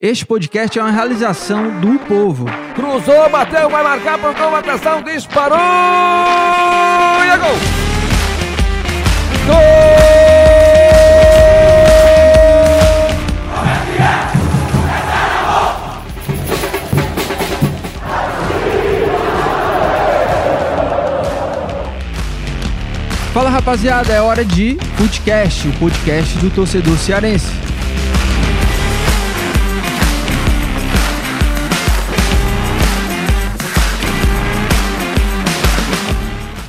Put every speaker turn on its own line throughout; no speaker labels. Este podcast é uma realização do povo.
Cruzou, bateu, vai marcar, pontou, marcação, disparou! E é gol! Gol!
Fala rapaziada, é hora de podcast, o podcast do torcedor cearense.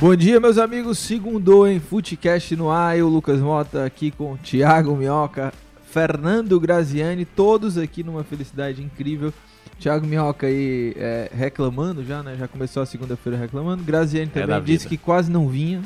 Bom dia, meus amigos. Segundo em Futecast no ar, eu, Lucas Mota, aqui com Thiago Minhoca, Fernando Graziani, todos aqui numa felicidade incrível. Thiago Minhoca aí é, reclamando já, né? Já começou a segunda-feira reclamando. Graziani
É
também
da
disse
vida.
que quase não vinha.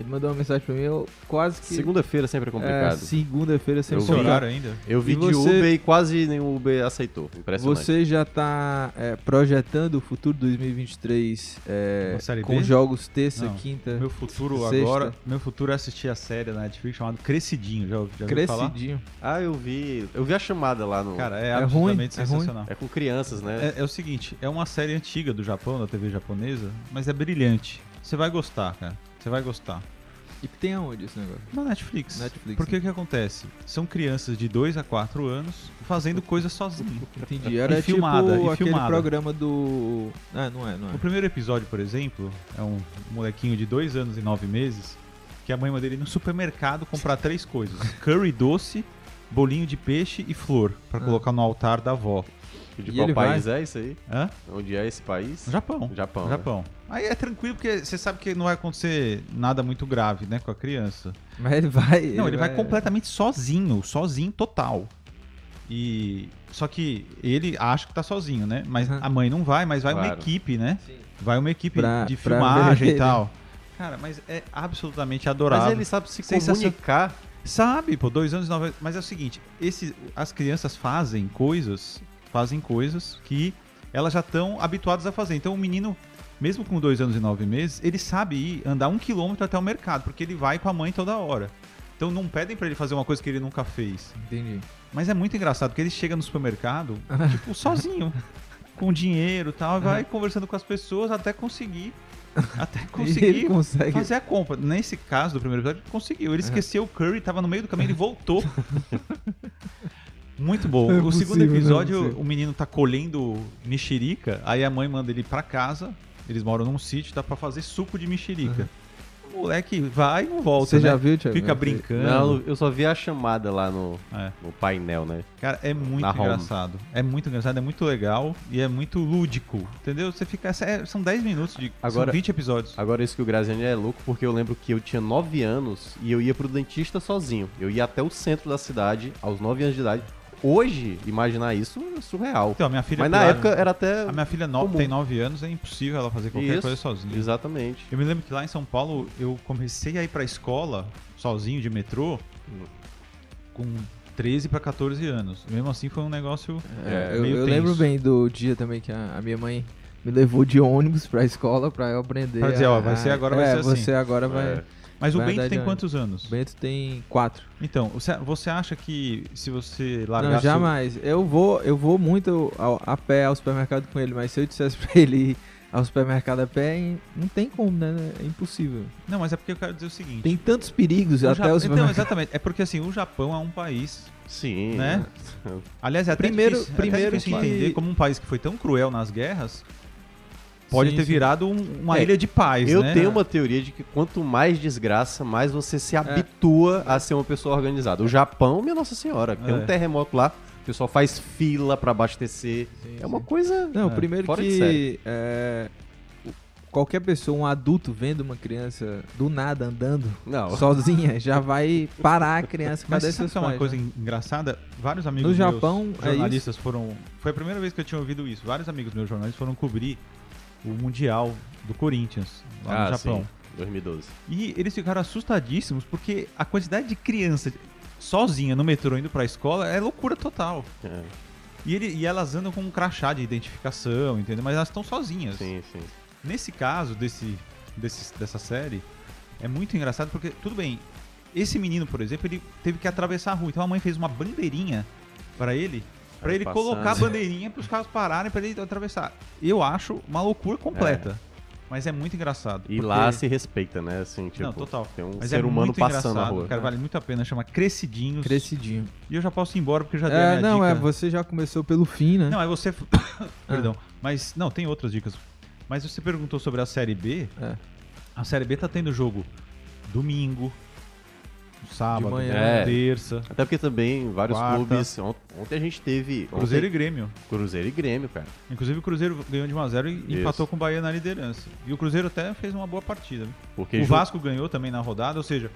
Ele mandou uma mensagem pra mim, eu quase que.
Segunda-feira sempre é
É,
complicado.
segunda-feira sem
Eu
Esse
vi.
complicado.
horário ainda?
Eu vi
E
de
você-
Uber e quase nenhum Uber aceitou. Impressionante.
Você já está projetando o futuro 2023 é,
Uma série
com
B?
jogos terça,
Não.
quinta,
Meu futuro
Sexta.
agora. Meu futuro é assistir a série da Netflix chamada Crescidinho. Já, ouvi- já ouviu falar?
crescidinho.
Ah, eu vi. Eu vi a chamada lá no.
Cara, é,
É ruim,
absolutamente
é ruim.
sensacional.
é com crianças, né?
É, é o seguinte, é uma série antiga do Japão, da TV japonesa, mas é brilhante. Você vai gostar, cara. Você vai gostar.
E tem aonde esse negócio?
Na Netflix.
Netflix,
Porque o que acontece? São crianças de 2 a 4 anos fazendo coisas sozinhas.
Entendi. Era
E filmada,
tipo
e
aquele
filmada.
programa do... Ah, não é, não
O
é.
primeiro episódio, por exemplo, é um molequinho de dois anos e nove meses que a mãe manda ele ir no supermercado comprar três coisas: curry doce, bolinho de peixe e flor pra
Ah.
colocar no altar da avó.
De
E
qual
ele
país é isso aí?
Hã?
Onde é esse país?
No Japão.
Japão. né?
No Japão. Aí é tranquilo porque você sabe que não vai acontecer nada muito grave, né, com a criança.
Mas ele vai...
Não, ele vai completamente sozinho, sozinho total. E só que ele acha que tá sozinho, né? Mas
Aham.
a mãe não vai, mas vai uma
Claro.
equipe, né?
Sim.
Vai uma equipe
Pra-
de
pra
filmagem
ver,
e tal. Cara, mas é absolutamente adorável.
Mas ele sabe se
Sensação-
comunicar.
Sabe, pô, dois anos e nove. Mas é o seguinte, esse, as crianças fazem coisas, fazem coisas que elas já estão habituadas a fazer. Então o menino, mesmo com dois anos e nove meses, ele sabe ir andar um quilômetro até o mercado, porque ele vai com a mãe toda hora. Então não pedem pra ele fazer uma coisa que ele nunca fez.
Entendi.
Mas é muito engraçado, porque ele chega no supermercado, tipo, sozinho, com dinheiro e tal, e vai conversando com as pessoas até conseguir. Até
Consegui. Ele
conseguir
consegue.
fazer a compra. Nesse caso do primeiro episódio, ele conseguiu. Ele esqueceu o Curry, tava no meio do caminho, ele voltou. Muito bom.
Não é
o segundo
possível, não é
episódio,
possível.
o menino tá colhendo mexerica, aí a mãe manda ele pra casa. Eles moram num sítio, dá pra fazer suco de mexerica. O moleque vai e não volta,
Você
né?
já viu, Thiago?
Fica
Não,
brincando.
Não, eu só vi a chamada lá no,
É.
no painel, né?
Cara, é muito
Na Roma.
engraçado. É muito engraçado, é muito legal e é muito lúdico. Entendeu? Você fica. é- são 10 minutos de.
Agora-
são 20 episódios.
Agora, isso que o Graziani é louco, porque eu lembro que eu tinha 9 anos e eu ia pro dentista sozinho. Eu ia até o centro da cidade, aos 9 anos de idade. Hoje, imaginar isso é surreal.
Então, a minha filha.
Mas na
pirada-
época
né?
era até.
A minha filha no-
comum.
tem 9 anos, é impossível ela fazer qualquer
Isso,
coisa sozinha.
Exatamente.
Eu me lembro que lá em São Paulo eu comecei a ir pra escola sozinho de metrô com 13 pra 14 anos. Mesmo assim foi um negócio.
É, eu
meio
eu
tenso.
lembro bem do dia também que a, a minha mãe me levou de ônibus pra escola pra eu aprender.
Pra dizer, ó,
a-
vai ser agora,
é,
vai ser assim.
você agora vai...
É.
Mas o
Vai andar
Bento
de
tem
ônibus.
quantos anos?
O Bento tem quatro.
Então, você, você acha que se você largar
Não, jamais. Eu vou, eu vou muito ao- a pé ao supermercado com ele, mas se eu dissesse pra ele ir ao supermercado a pé, em- não tem como, né? É impossível.
Não, mas é porque eu quero dizer o seguinte.
Tem tantos perigos
o
até
Ja-
o
Então,
supermercado.
exatamente. É porque assim, o Japão é um país
Sim.
Né? Aliás, é até
Primeiro-
difícil,
primeiro
é até difícil
que-
entender como um país que foi tão cruel nas guerras pode
Sim,
ter
sim.
virado um- uma
É,
ilha de paz,
Eu
né?
tenho uma teoria de que quanto mais desgraça, mais você
É.
se habitua a ser uma pessoa organizada. O Japão, minha Nossa Senhora, tem
É.
um terremoto lá, o pessoal faz fila pra abastecer. é uma coisa.
Não,
É,
primeiro
fora de
que
série.
é, o- qualquer pessoa, um adulto vendo uma criança do nada andando
Não.
sozinha, já vai parar a criança.
Mas
Cadê
sabe
seus
que é uma
pais,
coisa
né?
engraçada? Vários amigos
No
meus
Japão, é
jornalistas foram... Foi a primeira vez que eu tinha ouvido isso. Vários amigos meus jornalistas foram cobrir o Mundial do Corinthians, lá
Ah,
no Japão.
sim. 2012.
E eles ficaram assustadíssimos porque a quantidade de criança sozinha no metrô indo pra escola é loucura total.
É,
E, ele- e elas andam com um crachá de identificação, entendeu? Mas elas estão sozinhas.
sim, sim.
Nesse caso desse, desse- dessa série, é muito engraçado porque, tudo bem, esse menino, por exemplo, ele teve que atravessar a rua. Então a mãe fez uma bandeirinha pra ele Pra ele
passando.
colocar a bandeirinha pros carros pararem pra ele atravessar. Eu acho uma loucura completa. Mas é muito engraçado.
E
porque-
lá se respeita, né? Assim, tipo,
Não, total.
tem um
Mas
ser
é
humano
muito
passando na
engraçado,
rua. né?
Cara, vale muito a pena. Chama Crescidinhos.
Crescidinho.
E eu já posso ir embora porque eu já dei a
É,
minha
não,
dica.
é, você já começou pelo fim, né? Ah.
Não, é você. Perdão. Mas. Não, tem outras dicas. Mas você perguntou sobre a série B.
É.
A série B tá tendo jogo domingo, sábado,
manhã.
É.
terça.
Até porque também vários
Quarta.
clubes. ont- Ontem a gente
É.
teve. ontem-
Cruzeiro e Grêmio.
Cruzeiro e Grêmio, cara.
Inclusive o Cruzeiro ganhou de 1x0 e
Isso.
empatou com o Bahia na liderança. E o Cruzeiro até fez uma boa partida.
Porque
o
ju-
Vasco ganhou também na rodada, ou seja,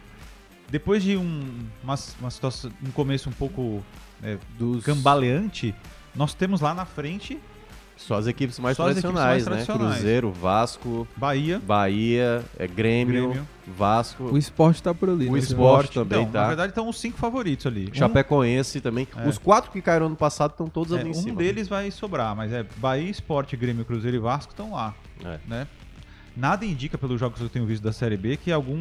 depois de um, uma, uma situação, um começo um pouco é,
Dos...
cambaleante, nós temos lá na frente
só as equipes mais
Só as equipes
tradicionais,
mais
né?
tradicionais.
Cruzeiro, Vasco,
Bahia.
Bahia, é, Grêmio,
Grêmio.
Vasco,
O esporte tá por ali.
o
né?
Sport também
Então,
tá.
na verdade, estão os cinco favoritos ali. Um-
Chapecoense também. Os quatro que caíram ano passado estão todos
é,
ali
um
em cima.
né?
deles vai sobrar, mas é Bahia, Sport, Grêmio, Cruzeiro e Vasco estão lá,
É.
né? Nada indica, pelos jogos que eu tenho visto da Série B, que algum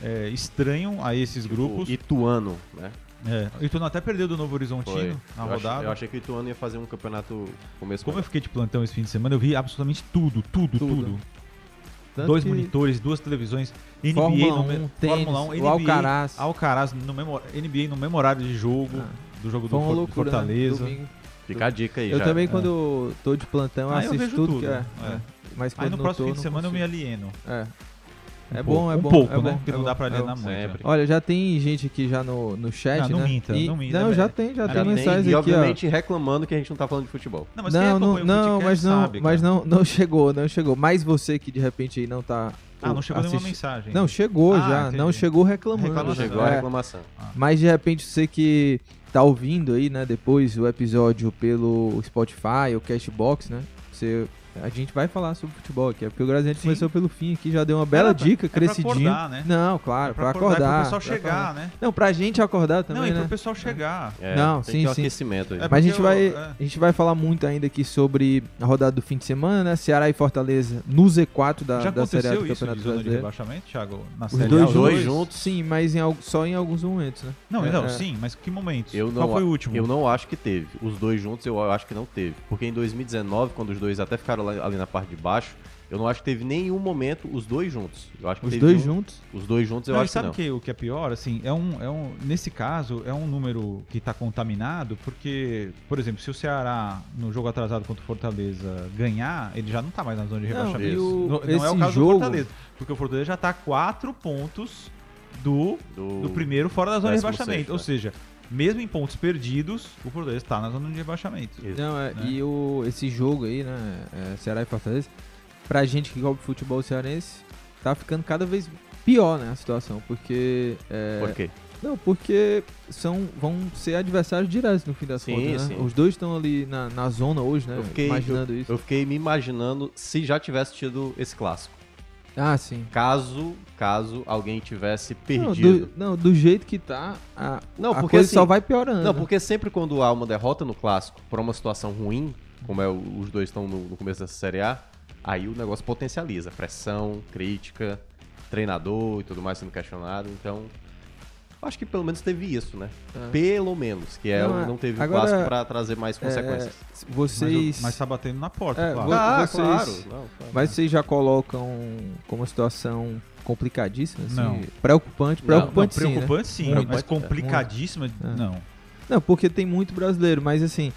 é, estranho a esses
Tipo,
grupos.
O Ituano, né?
É, o Ituano até perdeu do Novo Horizontino na
eu,
rodada.
Achei, eu achei que o Ituano ia fazer um campeonato começo.
Como eu fiquei de plantão esse fim de semana, eu vi absolutamente tudo, tudo, tudo.
Tanto
Dois
que-
monitores, duas televisões, NBA
Fórmula
no
1,
me-
tênis,
Fórmula 1,
o
NBA,
Alcaraz.
Alcaraz no memo- NBA no memorário de jogo,
Ah.
do jogo do
Foi uma
For-
loucura, né?
Fortaleza.
Domingo.
é?
Fica a dica aí
Eu
já.
também, quando tô de plantão, eu
Ah, eu
assisto
vejo
Então, tudo,
tudo,
que é.
é.
Mas quando
Aí no
não
próximo
tô,
fim de
não
semana eu me
consigo.
alieno.
É. É
Um
bom, é bom.
pouco. Um pouco,
é bom,
né? Porque
é
não dá
bom,
pra
é
alienar
bom.
muito.
Sempre.
Olha, já tem gente aqui já no, no chat,
Ah, não
né?
minta,
E-
não minta,
Não, já
velho.
tem, já,
Já
tem
tem,
mensagens
E
aqui,
obviamente reclamando que a gente não tá falando de futebol.
Não,
ó.
mas quem
Não, não,
acompanha o
não,
futecast
mas não,
sabe,
mas
cara.
não, não chegou, não chegou. Mas você que de repente aí não tá
Ah, não chegou nenhuma
assisti-
mensagem.
Não, chegou
Ah,
já, não
entendi.
chegou reclamando.
Quando
Reclamação.
chegou a
É,
reclamação.
Mas de repente você que tá ouvindo aí, né, depois o episódio pelo Spotify ou Cashbox, né? Você a gente vai falar sobre futebol aqui, é porque o Graziante
Sim.
começou pelo fim aqui, já deu uma bela
É,
dica,
é pra
crescidinho.
acordar, né?
Não, claro,
É
pra,
é
acordar.
pro pessoal
pra acordar.
chegar, né?
Não, pra gente acordar também,
não, então e
né?
pro pessoal chegar.
É,
Não,
tem
sim,
que ter um
sim.
aquecimento aí.
É,
Mas a gente,
porque
vai,
eu- é.
a gente vai falar muito ainda aqui sobre a rodada do fim de semana, né? Ceará e Fortaleza no Z4 da,
Já
da Série A do
aconteceu isso
Campeonato
de zona de
Brasileiro.
rebaixamento, Thiago? Na
Os
Série
dois,
A, um.
juntos,
dois juntos?
Sim, mas em, al- só em alguns momentos, né?
Não,
É,
não,
é.
sim, mas que momentos?
Eu não,
Qual foi
a-
o último?
Eu não acho que teve. Os dois juntos eu acho que não teve. Porque em 2019, quando os dois até ficaram lá- ali na parte de baixo, eu não acho que teve nenhum momento os dois juntos. Eu acho que
Os
teve
dois
um-
juntos.
Os dois juntos eu
Não, e
acho que
sabe
não.
que o que é pior? Assim, é um, é um, nesse caso, é um número que está contaminado, porque, por exemplo, se o Ceará, no jogo atrasado contra o Fortaleza, ganhar, ele já não está mais na zona de
Não,
rebaixamento.
e o-
não, não é o
esse
caso
jogo-
do Fortaleza, porque o Fortaleza já está quatro pontos do,
Do,
do primeiro fora da zona de
décimo
rebaixamento.
sexto,
é.
Ou
né?
seja, mesmo em pontos perdidos, o Fortaleza está na zona de rebaixamento.
Isso.
Não, é,
né?
e o, esse jogo aí, né? é, Ceará e Fortaleza, pra gente que gosta de futebol cearense, tá ficando cada vez pior, né, a situação, porque. é,
Por quê?
Não, porque são, vão ser adversários diretos no fim das
Sim,
contas, né?
sim.
Os dois estão ali na, na zona hoje, né?
Eu fiquei-
imaginando isso.
Eu fiquei me imaginando se já tivesse tido esse clássico.
Ah, sim.
Caso, caso alguém tivesse
Não
perdido.
do, não, do jeito que tá, a,
Não,
a
porque
coisa
assim-
só vai piorando.
Não,
né?
porque sempre quando há uma derrota no clássico pra uma situação ruim, como é o- os dois estão no, no começo dessa Série A, aí o negócio potencializa. Pressão, crítica, treinador e tudo mais sendo questionado. Então, acho que pelo menos teve isso, né?
É.
Pelo menos, que é,
Não, é-
não teve o
agora-
clássico pra trazer mais consequências.
Vocês.
Mas, é? o- mas tá batendo na porta,
É,
claro.
vou-
Ah,
vocês-
Não, claro.
Mas vocês já colocam como uma situação complicadíssima, assim,
Não.
preocupante,
Não,
preocupante
não,
sim, né?
preocupante sim,
Muito.
mas complicadíssima,
É.
não.
Não, porque tem muito brasileiro, mas assim,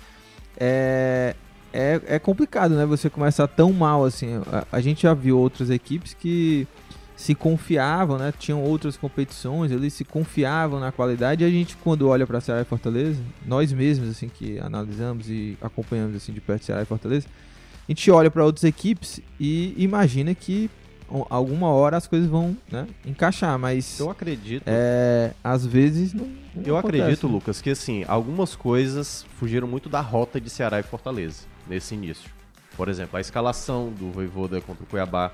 é, é, é complicado, né? Você começar tão mal, assim. A, a gente já viu outras equipes que se confiavam, né? Tinham outras competições, eles se confiavam na qualidade. E a gente, quando olha pra Ceará e Fortaleza, nós mesmos, assim, que analisamos e acompanhamos, assim, de perto Ceará e Fortaleza, a gente olha pra outras equipes e imagina que o- alguma hora as coisas vão né, encaixar, mas
Eu acredito.
é, às vezes não, não
Eu
acontece,
acredito,
né?
Lucas, que assim, algumas coisas fugiram muito da rota de Ceará e Fortaleza nesse início. Por exemplo, a escalação do Voivoda contra o Cuiabá.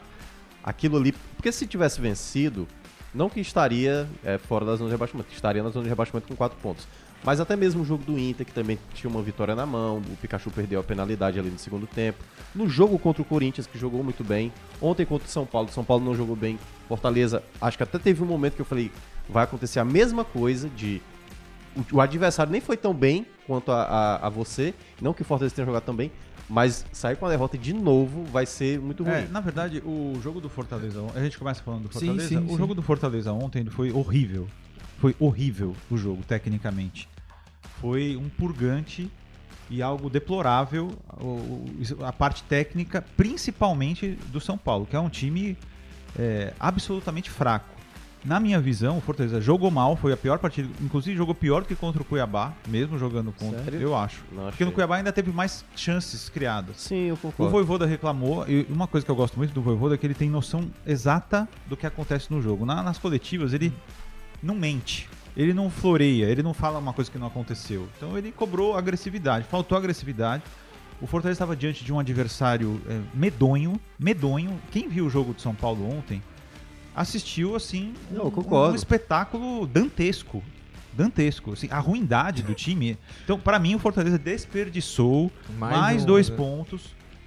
Aquilo ali. Porque se tivesse vencido, não que estaria é, fora da zona de rebaixamento, que estaria na zona de rebaixamento com quatro pontos. Mas até mesmo o jogo do Inter, que também tinha uma vitória na mão, o Pikachu perdeu a penalidade ali no segundo tempo. No jogo contra o Corinthians, que jogou muito bem. Ontem contra o São Paulo, o São Paulo não jogou bem. Fortaleza, acho que até teve um momento que eu falei, vai acontecer a mesma coisa de o, o adversário nem foi tão bem quanto a, a, a você. Não que o Fortaleza tenha jogado tão bem, mas sair com a derrota de novo vai ser muito ruim.
É, na verdade, o jogo do Fortaleza, a gente começa falando do
Sim,
Fortaleza.
sim,
o
sim.
jogo do Fortaleza ontem ele foi horrível. Foi horrível o jogo, tecnicamente. Foi um purgante e algo deplorável o- o- a parte técnica, principalmente do São Paulo, que é um time é, absolutamente fraco. Na minha visão, o Fortaleza jogou mal, foi a pior partida, inclusive jogou pior que contra o Cuiabá, mesmo jogando contra,
Sério?
eu acho.
Não
Porque
achei.
no Cuiabá ainda teve mais chances criadas.
Sim, eu
O
concordo.
Voivoda reclamou, e uma coisa que eu gosto muito do Voivoda é que ele tem noção exata do que acontece no jogo. Na- nas coletivas, ele não mente, ele não floreia, ele não fala uma coisa que não aconteceu. Então ele cobrou agressividade, faltou agressividade. O Fortaleza estava diante de um adversário é, medonho, medonho. Quem viu o jogo de São Paulo ontem assistiu, assim,
Não, eu
um-
concordo.
um espetáculo dantesco. Dantesco, assim, a ruindade do time. Então, para mim, o Fortaleza desperdiçou mais, um,
um,
né?
né?
dois pontos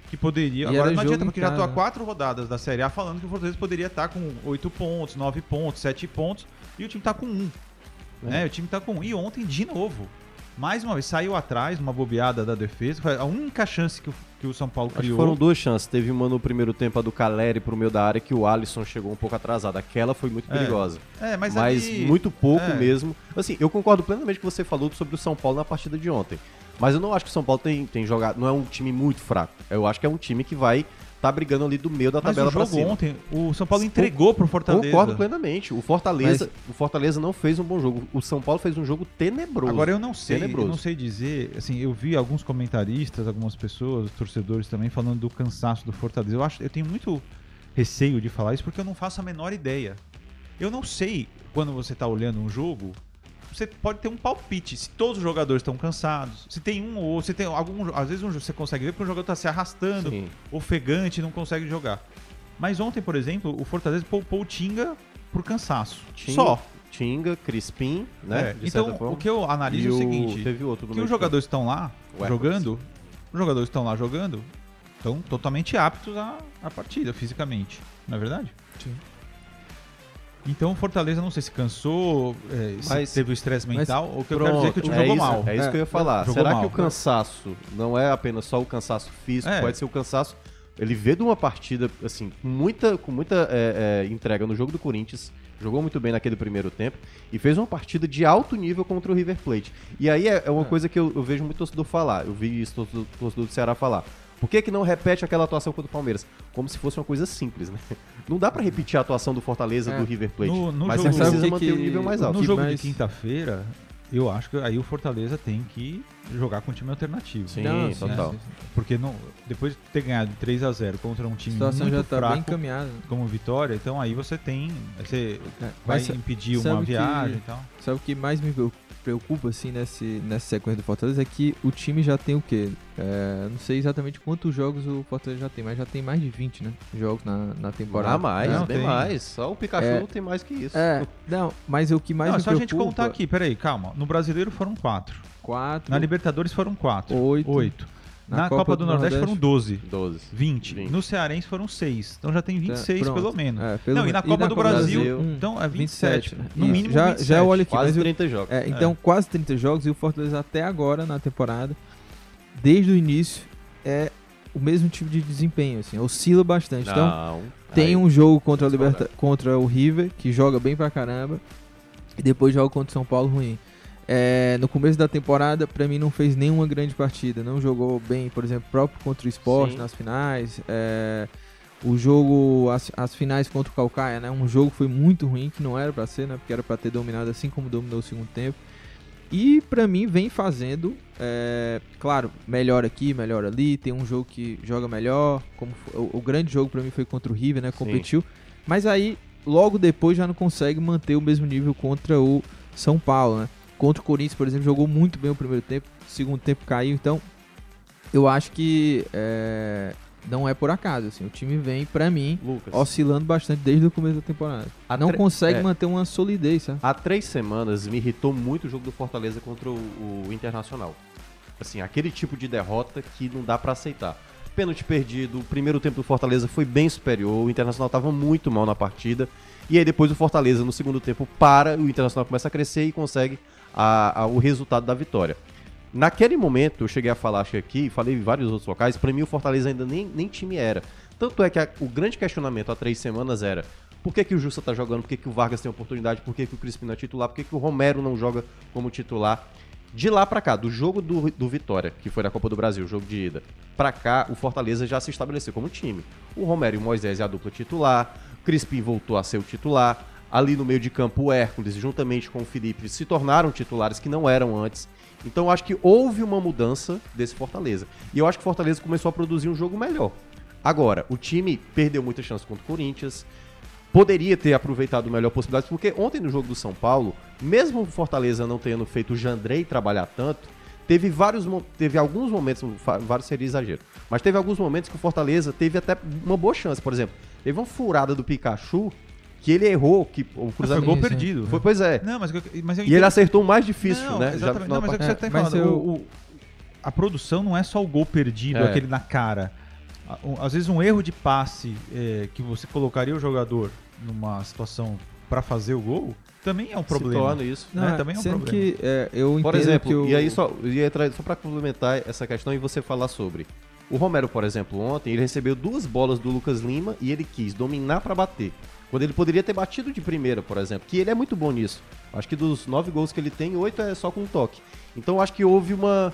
que poderia.
E era
Agora não
jogo
adianta,
em
porque já tô há
casa.
quatro rodadas da Série A falando que o Fortaleza poderia estar com oito pontos, nove pontos, sete pontos, e o time tá com um.
É.
Né? O time tá com um. E ontem, de novo, mais uma vez, saiu atrás numa bobeada da defesa. Foi a única chance que o, que o São Paulo
Acho que
criou.
foram duas chances. Teve uma no primeiro tempo, a do Caleri pro meio da área, que o Alisson chegou um pouco atrasado. Aquela foi muito
É.
perigosa.
É, mas,
Mas,
ali-
muito pouco
é.
mesmo. Assim, eu concordo plenamente com o que você falou sobre o São Paulo na partida de ontem. Mas eu não acho que o São Paulo tem, tem jogado. Não é um time muito fraco. Eu acho que é um time que vai tá brigando ali do meio da
Mas
tabela
o
pra
jogo
cima.
ontem, o São Paulo entregou pro Fortaleza.
Concordo plenamente. O Fortaleza, o Fortaleza não fez um bom jogo. O São Paulo fez um jogo tenebroso.
Agora eu não sei, eu
Tenebroso.
não sei dizer, assim, eu vi alguns comentaristas, algumas pessoas, torcedores também falando do cansaço do Fortaleza. Eu acho, eu tenho muito receio de falar isso porque eu não faço a menor ideia. Eu não sei quando você tá olhando um jogo, você pode ter um palpite se todos os jogadores estão cansados, se tem um ou outro, se tem algum, às vezes um, jo- você consegue ver porque o jogador tá se arrastando,
Sim.
ofegante, não consegue jogar. Mas ontem, por exemplo, o Fortaleza poupou o Tinga por cansaço.
Tinga,
Só.
Tinga, Crispim, né?
É,
de certa
Então,
forma.
o que eu analiso
E
é o seguinte:
Teve outro no
que
meio de campo.
os jogadores estão lá
O Hércules.
jogando, os jogadores estão lá jogando, estão totalmente aptos à, à partida fisicamente, não é verdade?
Sim.
Então o Fortaleza não sei se cansou, é,
Mas-
se teve o estresse
mas
mental, ou o que eu quero dizer é que o time
é
jogou
isso,
mal.
É isso que eu ia falar.
jogou
Será
mal. né?
que o cansaço não é apenas só o cansaço físico?
É.
Pode ser o cansaço. Ele vê de uma partida, assim, com muita, com muita é, é, entrega no jogo do Corinthians. Jogou muito bem naquele primeiro tempo e fez uma partida de alto nível contra o River Plate. E aí é, é uma coisa que eu, eu vejo muito torcedor falar. Eu vi isso torcedor, torcedor do Ceará falar. Por que, que não repete aquela atuação contra o Palmeiras? Como se fosse uma coisa simples, né? Não dá pra repetir a atuação do Fortaleza
É.
do River Plate.
No- no
mas
jogo-
você
Sabe
precisa
o que
manter
que-
o nível mais
no
alto.
No jogo
mas-
de quinta-feira, eu acho que aí o Fortaleza tem que jogar com um time alternativo.
Sim,
Não, sim,
total.
sim, sim.
Porque não, depois de ter ganhado 3 a 0 contra um
A
time
situação
muito
já tá bem
fraco
encaminhada.
como Vitória, então aí você tem, você
É,
vai
mas sa-
impedir
sabe
uma
que-
viagem e tal.
sabe o que mais me preo- preocupa, assim, nesse, nessa sequência do Fortaleza é que o time já tem o quê? É, não sei exatamente quantos jogos o Fortaleza já tem, mas já tem mais de 20, né? Jogos na, na temporada.
Ah, mais,
Não,
bem
tem.
mais. Só o Pikachu
É.
não tem mais que isso.
É, não, mas o que mais
não, é
me
só a gente
preocupa-
contar aqui, peraí, calma. No brasileiro foram quatro.
Quatro,
Na Libertadores foram quatro.
Oito.
Oito. Na, Copa, do, Nordeste, foram 12.
12.
20.
Vinte.
No Cearense foram seis. Então já tem 26
pronto.
pelo menos.
É, pelo
não, e
menos.
na Copa do Brasil,
Brasil,
um.
então é
27,
27. No
né? Isso.
mínimo
já,
27.
já olha aqui,
Quase
mas o-
30 jogos.
É, então, quase 30 jogos e o Fortaleza até agora na temporada, desde o início, é o mesmo tipo de desempenho, assim, oscila bastante. Então,
Não.
tem
Aí, é
um jogo contra, a
vamos
Liberta, contra o River, que joga bem pra caramba, e depois joga contra o São Paulo ruim. É, no começo da temporada, pra mim, não fez nenhuma grande partida. Não jogou bem, por exemplo, próprio contra o Sport
Sim.
nas finais. é, o jogo, as, as finais contra o Calcaia, né? Um jogo que foi muito ruim, que não era pra ser, né? Porque era pra ter dominado assim como dominou o segundo tempo. E pra mim vem fazendo, é, claro, melhor aqui, melhor ali, tem um jogo que joga melhor, como fo- o, o grande jogo pra mim foi contra o River, né, competiu, mas aí logo depois já não consegue manter o mesmo nível contra o São Paulo, né? Contra o Corinthians, por exemplo, jogou muito bem o primeiro tempo, segundo tempo caiu, então eu acho que é, não é por acaso, assim, o time vem pra mim
Lucas.
oscilando bastante desde o começo da temporada.
A
Não
tre-
consegue
é.
manter uma solidez, sabe?
Há três semanas me irritou muito o jogo do Fortaleza contra o, o Internacional. Assim, aquele tipo de derrota que não dá pra aceitar. Pênalti perdido, o primeiro tempo do Fortaleza foi bem superior, o Internacional tava muito mal na partida. E aí depois o Fortaleza, no segundo tempo, para, o Internacional começa a crescer e consegue a- a- o resultado da vitória. Naquele momento, eu cheguei a falar, acho que aqui, falei em vários outros locais, pra mim o Fortaleza ainda nem, nem time era. Tanto é que a- o grande questionamento há três semanas era por que, que o Justa tá jogando, por que, que o Vargas tem oportunidade, por que, que o Crispino é titular, por que, que o Romero não joga como titular. De lá pra cá, do jogo do, do Vitória, que foi na Copa do Brasil, jogo de ida, pra cá o Fortaleza já se estabeleceu como time. O Romero e o Moisés é a dupla titular, Crispim voltou a ser o titular, ali no meio de campo o Hércules, juntamente com o Felipe, se tornaram titulares que não eram antes. Então eu acho que houve uma mudança desse Fortaleza. E eu acho que o Fortaleza começou a produzir um jogo melhor. Agora, o time perdeu muita chance contra o Corinthians, poderia ter aproveitado melhor possibilidades, porque ontem no jogo do São Paulo, mesmo o Fortaleza não tendo feito o Jandrei trabalhar tanto, teve vários mo- teve alguns momentos, um, fa- vários seria exagero, mas teve alguns momentos que o Fortaleza teve até uma boa chance, por exemplo, teve uma furada do Pikachu que ele errou, que o
Ah, Foi
cruzamento
gol
Sim, sim.
perdido.
foi, pois é.
Não, mas, eu- mas eu
E ele acertou o mais difícil,
não,
né?
Exatamente.
Já
não, mas é o que você
É,
tá
mas
falando.
eu-
o- o- a produção não é só o gol perdido,
É.
aquele na cara. A- um- Às vezes um erro de passe é, que você colocaria o jogador numa situação pra fazer o gol também é um
se
problema.
torna isso.
né, também é um
sendo
problema.
que é, eu entendo
Por
que
exemplo,
o...
e aí só, eu ia tra- só para complementar essa questão e você falar sobre. O Romero, por exemplo, ontem ele recebeu duas bolas do Lucas Lima e ele quis dominar pra bater. Quando ele poderia ter batido de primeira, por exemplo, que ele é muito bom nisso. Acho que dos nove gols que ele tem, oito é só com um toque. Então acho que houve uma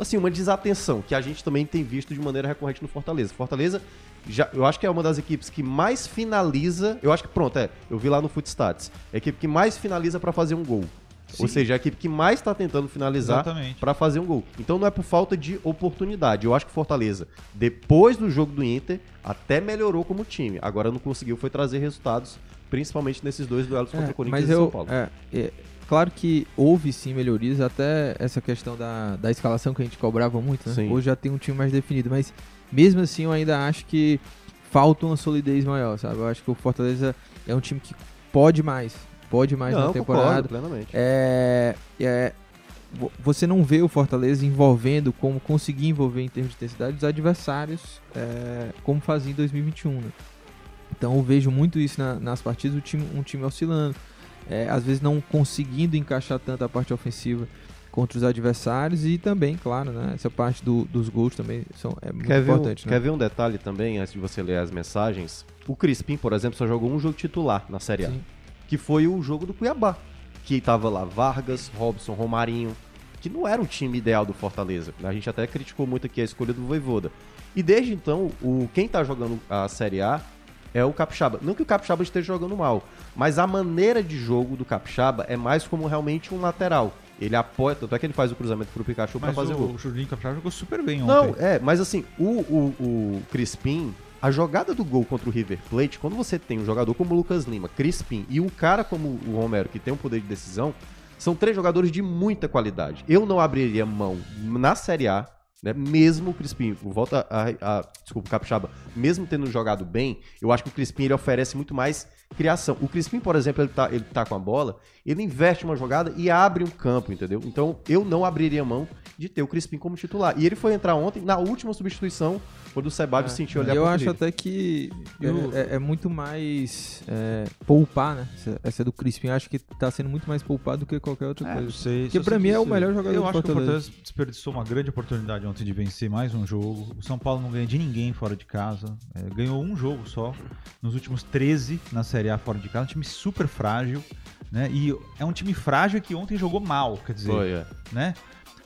assim, uma desatenção que a gente também tem visto de maneira recorrente no Fortaleza. Fortaleza, já, eu acho que é uma das equipes que mais finaliza. Eu acho que pronto, é. Eu vi lá no Footstats, é a equipe que mais finaliza pra fazer um gol. Ou seja, é a equipe que mais tá tentando finalizar
Exatamente.
pra fazer um gol. Então não é por falta de oportunidade. Eu acho que o Fortaleza, depois do jogo do Inter, até melhorou como time. Agora não conseguiu foi trazer resultados, principalmente nesses dois duelos contra
É,
o Corinthians
mas
e
eu,
São Paulo.
é, é, claro que houve sim melhorias, até essa questão da, da escalação que a gente cobrava muito, né?
Sim.
Hoje já tem um time mais definido, mas mesmo assim eu ainda acho que falta uma solidez maior, sabe? Eu acho que o Fortaleza é um time que pode mais, pode mais na
não,
temporada.
concordo plenamente.
É, é, vo- você não vê o Fortaleza envolvendo como conseguir envolver em termos de intensidade os adversários é, como fazia em 2021. né? Então eu vejo muito isso na- nas partidas, o time, um time oscilando, é, às vezes não conseguindo encaixar tanto a parte ofensiva contra os adversários e também, claro, né, essa parte do- dos gols também são, é muito
Quer ver, um,
importante. né?
quer ver um detalhe também, antes de você ler as mensagens? O Crispim, por exemplo, só jogou um jogo titular na Série A,
Sim.
que foi o jogo do Cuiabá, que tava lá Vargas, Robson, Romarinho, que não era o time ideal do Fortaleza. A gente até criticou muito aqui a escolha do Voivoda. E desde então, o quem tá jogando a Série A é o Capixaba. Não que o Capixaba esteja jogando mal, mas a maneira de jogo do Capixaba é mais como realmente um lateral. Ele apoia, tanto é que ele faz o cruzamento pro Pikachu pra
Mas
fazer o gol.
o, o Julinho Capixaba jogou super bem ontem.
Não, é, mas assim, o, o, o Crispim, a jogada do gol contra o River Plate, quando você tem um jogador como o Lucas Lima, Crispim e um cara como o Romero, que tem um poder de decisão, são três jogadores de muita qualidade. Eu não abriria mão na Série A, né? Mesmo o Crispim, volta a, a- Desculpa, o Capixaba, mesmo tendo jogado bem, eu acho que o Crispim ele oferece muito mais criação. O Crispim, por exemplo, ele tá, ele tá com a bola, ele inverte uma jogada e abre um campo, entendeu? Então eu não abriria mão de ter o Crispim como titular. E ele foi entrar ontem na última substituição, quando o
É.
Sebadios sentiu olhar
eu
pro
acho
Felipe.
até que
E o-
é, é- é muito mais é, poupar, né? Essa, essa do Crispim, eu acho que tá sendo muito mais poupado do que qualquer outra
É, não
coisa.
sei,
Porque
se
pra
eu
mim é o
sincero.
melhor jogador
Eu
do
acho que o
Fortaleza.
Fortaleza desperdiçou uma grande oportunidade ontem de vencer mais um jogo. O São Paulo não ganha de ninguém fora de casa. É, ganhou um jogo só nos últimos 13 na Série A fora de casa. Um time super frágil, né? E é um time frágil que ontem jogou mal, quer dizer,
Foi, é.
né?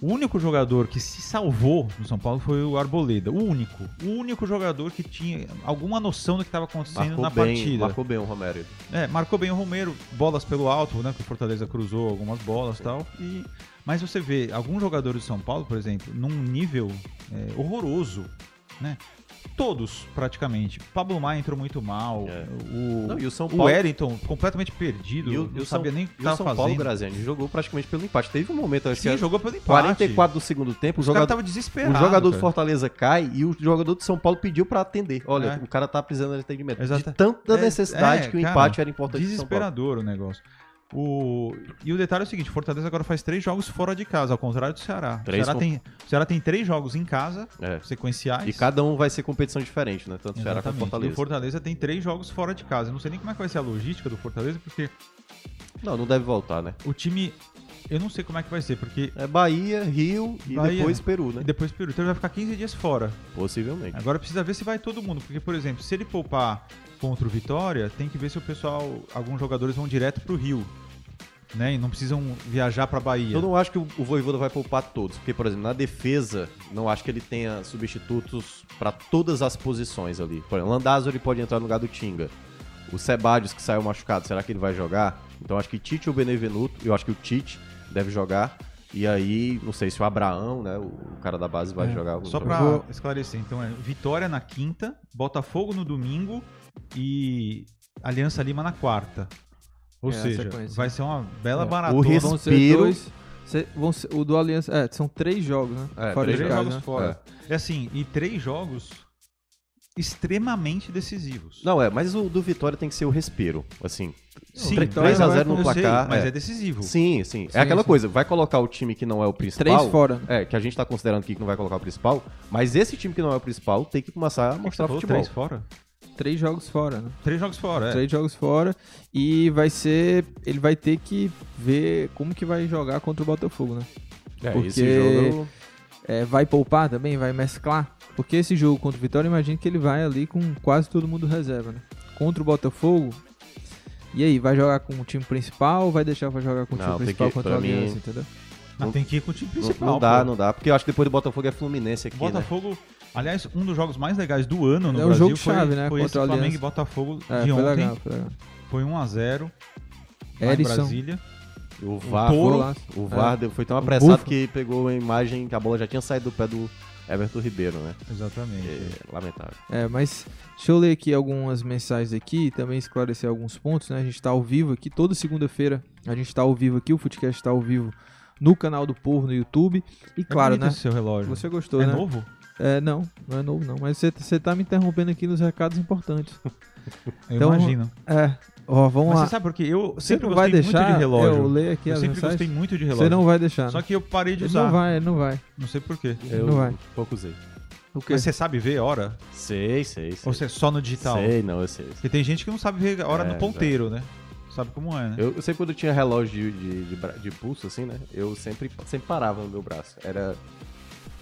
O único jogador que se salvou no São Paulo foi o Arboleda. O único. O único jogador que tinha alguma noção do que estava acontecendo
Marcou
na
bem,
partida.
marcou bem o Romero.
É, marcou bem o Romero, bolas pelo alto, né? Que o Fortaleza cruzou algumas bolas e tal. E... Mas você vê alguns jogadores do São Paulo, por exemplo, num nível é, horroroso, né? Todos, praticamente. Pablo Maia entrou muito mal.
É.
O,
Não, e o São
o
Paulo...
Wellington completamente perdido.
E o, e
não
o São,
sabia nem o
e
que
o
tava
São
fazendo.
Paulo Graziani jogou praticamente pelo empate. Teve um momento, acho que
Sim,
era
jogou pelo empate.
44 do segundo tempo, o
O cara
jogador,
tava desesperado.
o jogador do
cara.
Fortaleza cai e o jogador do São Paulo pediu pra atender. Olha,
É.
o cara tá precisando de atendimento.
Exata-
De tanta
É,
necessidade
é,
que o
cara,
empate era importante pro São Paulo.
Desesperador o negócio. O... E o detalhe é o seguinte: o Fortaleza agora faz três jogos fora de casa, ao contrário do Ceará.
Três
o, Ceará
com-
tem... o Ceará tem três jogos em casa,
É.
sequenciais.
E cada um vai ser competição diferente, né? Tanto Ceará quanto
Exatamente. E
Fortaleza.
o Fortaleza tem três jogos fora de casa. Eu não sei nem como é que vai ser a logística do Fortaleza, porque
Não, não deve voltar, né?
o time. Eu não sei como é que vai ser, porque.
É Bahia, Rio e
Bahia.
depois Peru, né?
E depois Peru. Então ele vai ficar 15 dias fora.
Possivelmente.
Agora precisa ver se vai todo mundo. Porque, por exemplo, se ele poupar contra o Vitória, tem que ver se o pessoal. Alguns jogadores vão direto pro Rio. Né? E não precisam viajar pra Bahia.
Então, Eu não acho que o o Voivoda vai poupar todos, porque, por exemplo, na defesa, não acho que ele tenha substitutos pra todas as posições ali. Por exemplo, Landazzo ele pode entrar no lugar do Tinga. O Sebadios, que saiu machucado, será que ele vai jogar? Então acho que Tite ou Benevenuto, eu acho que o Tite deve jogar. E aí, não sei se o Abraão, né, o o cara da base, vai jogar. algum
É. Só
jogo.
pra
Vou-
esclarecer, então é Vitória na quinta, Botafogo no domingo e Aliança Lima na quarta. Ou
É, a
seja,
sequência.
vai ser uma bela
É.
maratona.
O res-
Vão ser
Respiro.
dois. se- vão ser- o do Aliança. É, são três jogos, né?
É,
Fora
Três
de
três
casa,
jogos
né?
fora. É. assim, e três jogos extremamente decisivos.
Não, é, mas o do Vitória tem que ser o respiro, assim.
Sim,
tre-
Vitória
3 a 0
vai-
no
eu sei,
placar,
mas
é.
é, decisivo.
Sim, sim.
Sim,
é aquela
sim.
coisa, vai colocar o time que não é o principal.
Três fora. né?
É, que a gente tá considerando aqui que não vai colocar o principal, mas esse time que não é o principal tem que começar a
Por que
mostrar
você falou
futebol.
Três fora?
Três jogos fora, né?
Três jogos fora, é.
Três jogos fora. E vai ser. Ele vai ter que ver como que vai jogar contra o Botafogo, né?
É,
Porque-
esse jogo
É, vai poupar também? Vai mesclar? Porque esse jogo contra o Vitória, imagino que ele vai ali com quase todo mundo reserva, né? Contra o Botafogo. E aí, vai jogar com o time principal ou vai deixar pra jogar com o
Não,
time
tem
principal
que-
contra o
pra mim-
Aliança, entendeu?
Mas tem que ir com o time
não,
principal.
não dá,
pô.
não dá. Porque eu acho que depois do Botafogo é Fluminense aqui, né?
Botafogo, aliás, um dos jogos mais legais do ano no
É um
Brasil
jogo
foi,
chave, né,
foi esse
contra o
Flamengo
Aliança.
e Botafogo
É,
de
foi
ontem.
legal, foi legal.
Foi 1 a 0 lá em
Erisson.
Brasília.
O VAR,
touro.
Golaço.
o VAR deu- foi tão apressado que pegou a imagem que a bola já tinha saído do pé do Everton Ribeiro, né?
Exatamente.
É, lamentável.
É, mas deixa eu ler aqui algumas mensagens aqui e também esclarecer alguns pontos, né? A gente tá ao vivo aqui, toda segunda-feira a gente tá ao vivo aqui, o Footcast tá ao vivo no canal do Povo no YouTube. E claro,
é bonito
né?
esse seu relógio.
Você gostou,
é
né?
novo?
É, não, não é novo não, mas você, você tá me interrompendo aqui nos recados importantes.
Eu
Então,
imagino.
É, ó, vamos
Mas
lá.
você sabe por quê? Eu
Você
sempre
não vai
gostei
deixar é,
muito de relógio.
eu ler aqui
Eu
as
sempre gostei
mensagens?
muito de
Você
relógio.
não vai deixar,
Só
né?
que eu parei de
Ele
usar.
não
Não,
vai, ele não vai.
sei por quê.
Eu
Não vai.
pouco usei.
O quê?
Mas você sabe ver hora?
Sei, sei, sei.
Ou você é só no digital?
Sei, não, eu sei. eu sei.
Porque tem gente que não sabe ver hora
É,
no ponteiro, né? Sabe como é, né?
Eu, eu sei quando eu tinha relógio de, de, de bra- de pulso, assim, né? Eu sempre, sempre parava no meu braço. Era,